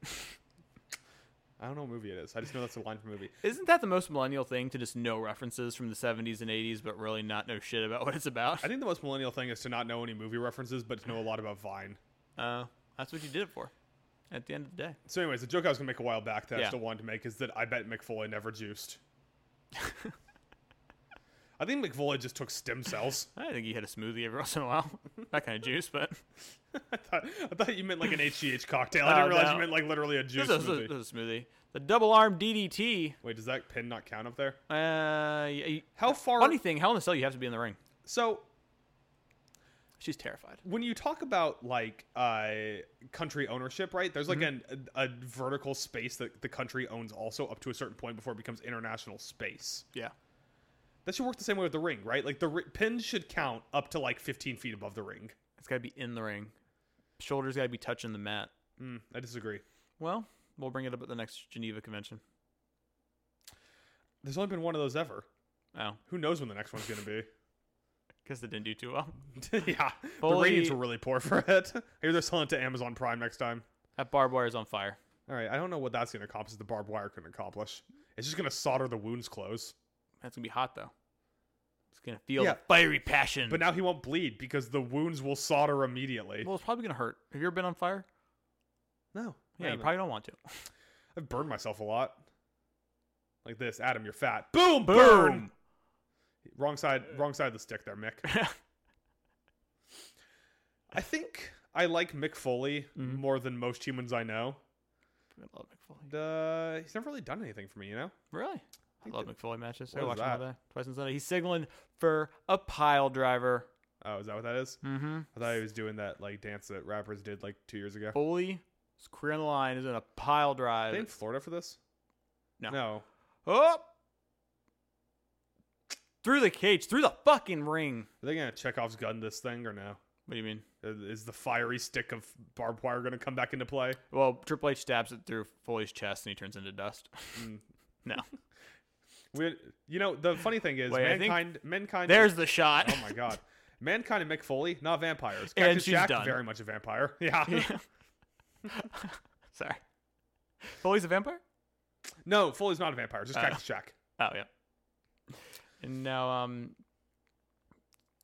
B: I don't know what movie it is. I just know that's a line from a movie.
A: Isn't that the most millennial thing to just know references from the 70s and 80s, but really not know shit about what it's about?
B: I think the most millennial thing is to not know any movie references, but to know a lot about Vine.
A: Uh, that's what you did it for at the end of the day.
B: So, anyways, the joke I was gonna make a while back that I
A: Yeah.
B: still wanted to make is that I bet McFoley never juiced. I think McFoley just took stem cells.
A: I think he had a smoothie every once in a while. That kind of juice, but
B: I thought, I thought you meant like an HGH cocktail.
A: Oh,
B: I didn't realize
A: no.
B: you meant like literally a
A: this
B: juice
A: is a,
B: smoothie.
A: this is a smoothie. The double arm DDT.
B: Wait, does that pin not count up there?
A: Uh, y- y-
B: How far?
A: funny thing, Hell in a Cell, you have to be in the ring.
B: So
A: She's terrified.
B: when you talk about like uh, country ownership, right? There's like
A: Mm-hmm.
B: an, a, a vertical space that the country owns also up to a certain point before it becomes international space.
A: Yeah.
B: That should work the same way with the ring, right? Like the ri- pin should count up to like 15 feet above the ring.
A: It's got to be in the ring. Shoulders got to be touching the mat.
B: Mm, I disagree.
A: Well, we'll bring it up at the next Geneva convention.
B: There's only been one of those ever.
A: Oh,
B: Who knows when the next one's going to
A: because it didn't do too well.
B: be? yeah, the
A: Fully-
B: ratings were really poor for it. I hear they're selling it to Amazon Prime next time.
A: That barbed wire is on fire.
B: All right, I don't know what that's going to accomplish. The barbed wire couldn't accomplish. It's just going to solder the wounds close.
A: That's going to be hot, though. It's gonna feel
B: Yeah.
A: the fiery passion.
B: But now he won't bleed because the wounds will solder immediately.
A: well, it's probably gonna hurt. Have you ever been on fire?
B: no.
A: Yeah, you
B: haven't.
A: probably don't want to.
B: I've burned myself a lot. Like this, Adam, you're fat. Boom, burn. Wrong side, wrong side of the stick there, Mick. I think I like Mick Foley more than most humans I know.
A: I love McFoley.
B: And, uh, he's never really done anything for me, you know.
A: Really? I love McFoley matches. I
B: What is
A: watch him all
B: that?
A: day, twice on Sunday. He's signaling for a pile driver.
B: Oh, is that what that is?
A: Mm-hmm.
B: I thought he was doing that like dance that rappers did like two years ago.
A: Foley, his career on the line, is in a pile
B: Are
A: drive.
B: they in Florida for this?
A: No.
B: No.
A: Oh! Through the cage, through the fucking ring.
B: Are they gonna Chekhov's gun this thing or no?
A: What do you mean?
B: Is the fiery stick of barbed wire gonna come back into play?
A: Well, Triple H stabs it through Foley's chest and he turns into dust.
B: Mm.
A: no.
B: We, you know, the funny thing is,
A: Wait, I think-
B: mankind, mankind.
A: There's the shot.
B: Oh my god. Mankind and Mick Foley, not vampires.
A: And
B: Cactus
A: she's
B: Jack,
A: done.
B: very much a vampire. Yeah.
A: Yeah. Oh Sorry. Foley's a vampire?
B: no, Foley's not a vampire. Just
A: Oh.
B: Cactus Jack.
A: Oh, yeah. And now, um,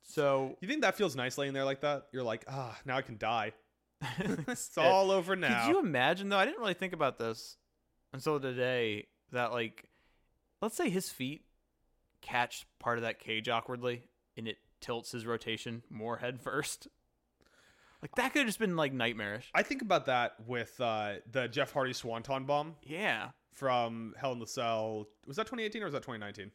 A: so
B: You think that feels nice laying there like that? You're like, ah, now I can die. It's
A: Yeah.
B: all over now.
A: Could you imagine though? I didn't really think about this until today. That like, let's say his feet catch part of that cage awkwardly, and it tilts his rotation more head first. Like that could have just been like nightmarish.
B: I think about that with uh, the Jeff Hardy Swanton bomb
A: Yeah,
B: from Hell in the Cell. Was that 2018 or was that 2019?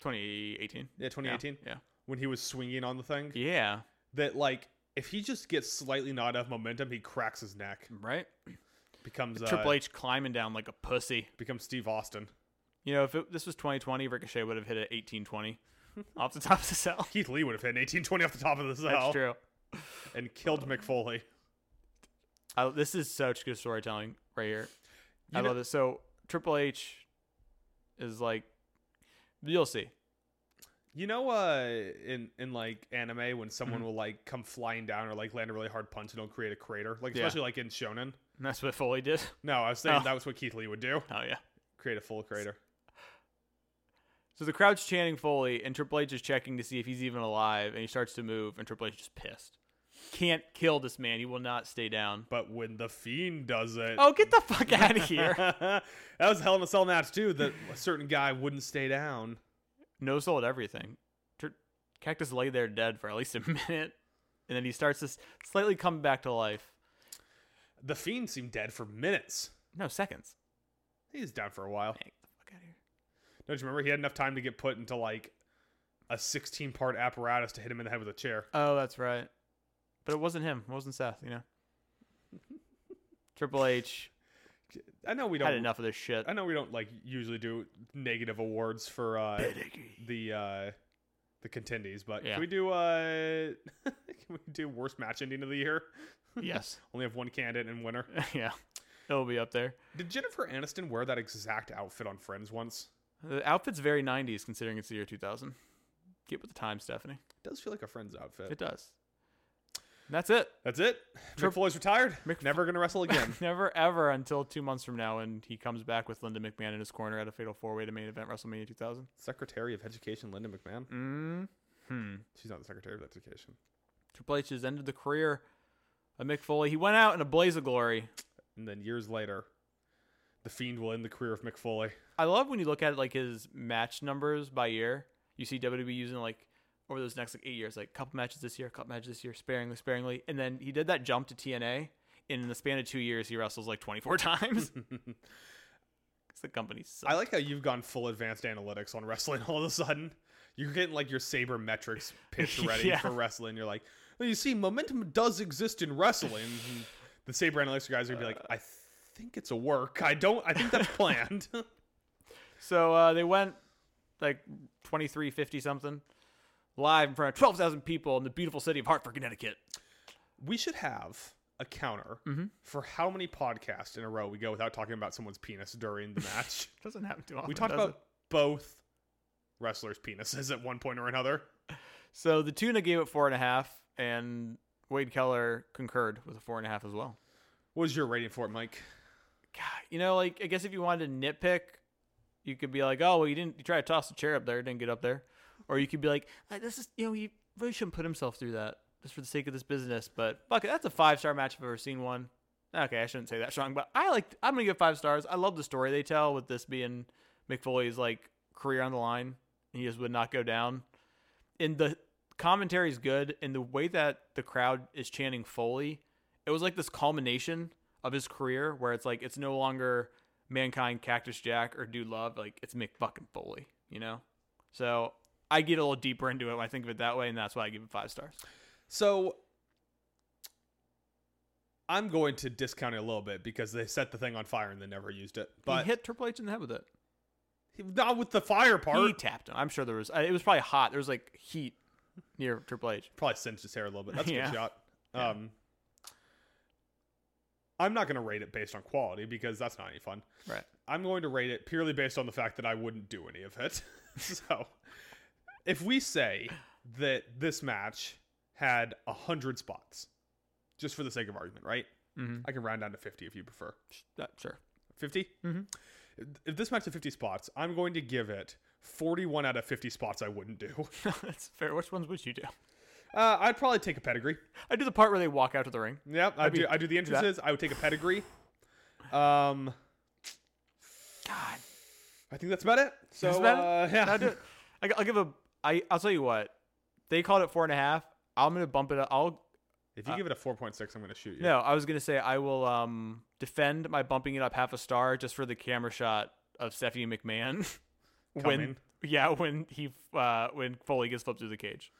A: 2018.
B: Yeah, 2018.
A: Yeah,
B: When he was swinging on the thing.
A: yeah,
B: That, like, if he just gets slightly not enough momentum, he cracks his neck.
A: right.
B: Becomes, uh,
A: Triple H climbing down like a pussy.
B: becomes Steve Austin.
A: You know, if it, this was 2020, Ricochet would have hit at 1820 off the top of the cell.
B: Keith Lee would have hit an 1820 off the top of the
A: That's
B: cell.
A: true.
B: and killed McFoley.
A: I, this is such good storytelling right here. I
B: You know-
A: love this. So Triple H is like, you'll see.
B: You know, uh, in in like anime, when
A: Mm-hmm.
B: someone will like come flying down or like land a really hard punch and it'll create a crater, like
A: Yeah.
B: especially like in Shonen.
A: And that's what Foley did.
B: No, I was saying
A: Oh.
B: that was what Keith Lee would do:
A: Oh yeah.
B: create a full crater.
A: So the crowd's chanting Foley, and Triple H is checking to see if he's even alive, and he starts to move, and Triple H is just pissed. Can't kill this man. He will not stay down.
B: But when the fiend does it,
A: Oh, get the fuck out of here!
B: that was a hell in a cell match too. That a certain guy wouldn't stay down.
A: no sold everything. Tr- Cactus lay there dead for at least a minute, and then he starts to s- slightly come back to life.
B: The fiend seemed dead for minutes.
A: No seconds.
B: He was down for a while.
A: Man, get the fuck out of here.
B: Don't you remember? He had enough time to get put into like a sixteen-part apparatus to hit him in the head with a chair.
A: Oh, that's right. But it wasn't him. It wasn't Seth, you know. Triple H
B: I know we don't.
A: had enough of this shit.
B: I know we don't like usually do negative awards for uh, the uh, the contendees, but
A: Yeah.
B: can we do uh, can we do worst match ending of the year?
A: yes.
B: Only have one candidate and winner.
A: yeah. It'll be up there.
B: Did Jennifer Aniston wear that exact outfit on Friends once?
A: The outfit's very 90s considering it's the year 2000. Get with the time, Stephanie.
B: It does feel like a Friends outfit.
A: It does. And that's it.
B: That's it. Mick
A: Triple-
B: Foley's retired.
A: Mick-
B: Never gonna wrestle again.
A: Never ever until two months from now when he comes back with Linda McMahon in his corner at a fatal four way to main event WrestleMania 2000.
B: Secretary of Education Linda McMahon.
A: Mm. Hmm.
B: She's not the Secretary of Education.
A: Triple H has ended the career of Mick Foley. He went out in a blaze of glory.
B: And then years later, the Fiend will end the career of Mick Foley.
A: I love when you look at like his match numbers by year. You see WWE using like over those next like eight years, like couple matches this year, couple matches this year, sparingly, sparingly, and then he did that jump to TNA. And in the span of two years, he wrestles like 24 times. 'Cause the company sucks.
B: I like how you've gone full advanced analytics on wrestling all of a sudden. You're getting like your saber metrics pitch ready
A: Yeah.
B: for wrestling. You're like, well, you see, momentum does exist in wrestling. And the saber analytics guys are gonna be like, I think it's a work. I don't. I think that's planned.
A: So uh, they went like 23, 50 something live in front of 12,000 people in the beautiful city of Hartford, Connecticut.
B: we should have a counter for how many podcasts in a row we go without talking about someone's penis during the match.
A: Doesn't happen too often.
B: we talked
A: does it?
B: about both wrestlers' penises at one point or another.
A: So the tuna gave it four and a half, and Wade Keller concurred with a four and a half as well.
B: What was your rating for it, Mike?
A: God, you know, like I guess if you wanted to nitpick, you could be like, "Oh, well, you didn't. You tried to toss the chair up there, it didn't get up there," or you could be like, "Uh, this is you know he really shouldn't put himself through that just for the sake of this business. But fuck it, that's a five star match if I've ever seen one. Okay, I shouldn't say that strong, but I like I'm gonna give five stars. I love the story they tell with this being McFoley's like career on the line. and He just would not go down. And the commentary is good, and the way that the crowd is chanting Foley, it was like this culmination of his career where it's like it's no longer mankind, Cactus Jack, or Dude Love, like it's Mick fucking Foley, you know. So I get a little deeper into it when I think of it that way, and that's why I give it five stars.
B: So I'm going to discount it a little bit because they set the thing on fire and they never used it. But
A: he hit Triple H in the head with it.
B: not with the fire part.
A: He tapped him. I'm sure there was. uh, It was probably hot. There was like heat near Triple H.
B: probably singed his hair a little bit. That's a
A: Yeah.
B: good shot. Um, I'm not going to rate it based on quality because that's not any fun.
A: Right.
B: I'm going to rate it purely based on the fact that I wouldn't do any of it. so, if we say that this match had 100 spots, just for the sake of argument, right?
A: Mhm.
B: I can round down to 50 if you prefer.
A: Uh, sure.
B: 50?
A: Mhm.
B: If this match had 50 spots, I'm going to give it 41 out of 50 spots I wouldn't do.
A: that's fair. Which ones would you do?
B: Uh, I'd probably take a pedigree.
A: I do the part where they walk out to the ring.
B: Yep, I
A: be-
B: do. I do the entrances. I would take a pedigree. Um,
A: God.
B: I think that's about it. So
A: That's about
B: uh, yeah,
A: I'll, do it. I, will give a. I I'll tell you what. They called it four and a half. I'm gonna bump it up. I'll
B: if
A: Uh,
B: you give it a four point six, I'm going to shoot you.
A: no. I was gonna say I will um defend my bumping it up half a star just for the camera shot of Stephanie McMahon when
B: Coming.
A: yeah when he uh when Foley gets flipped through the cage.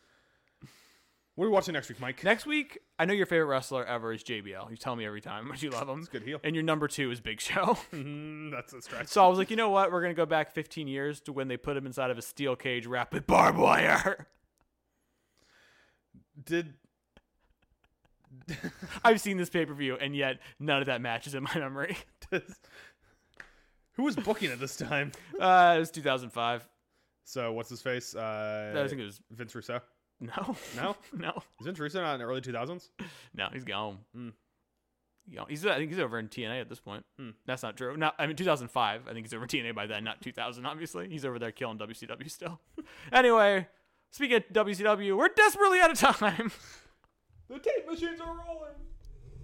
B: What are we watching next week, Mike?
A: Next week, I know your favorite wrestler ever is JBL. You tell me every time but you love him.
B: That's a good heel.
A: And your number two is Big Show.
B: Mm, that's a stretch.
A: so I was like, you know what? We're gonna go back 15 years to when they put him inside of a steel cage wrapped with barbed wire.
B: Did
A: I've seen this pay per view, and yet none of that matches in my memory.
B: does, who was booking it this time?
A: Uh, it was 2005.
B: So what's his face? Uh,
A: I think it was
B: Vince Russo.
A: no,
B: No?
A: no,
B: Is Vince Russo not in the early two thousands?
A: no. He's gone.
B: Mm.
A: He's gone. He's I think he's over in TNA at this point.
B: Hmm.
A: That's not true. Not I mean 2005. I think he's over TNA by then, not 2000. Obviously, he's over there killing WCW still. anyway, speaking of WCW, we're desperately out of time.
B: The tape machines are rolling.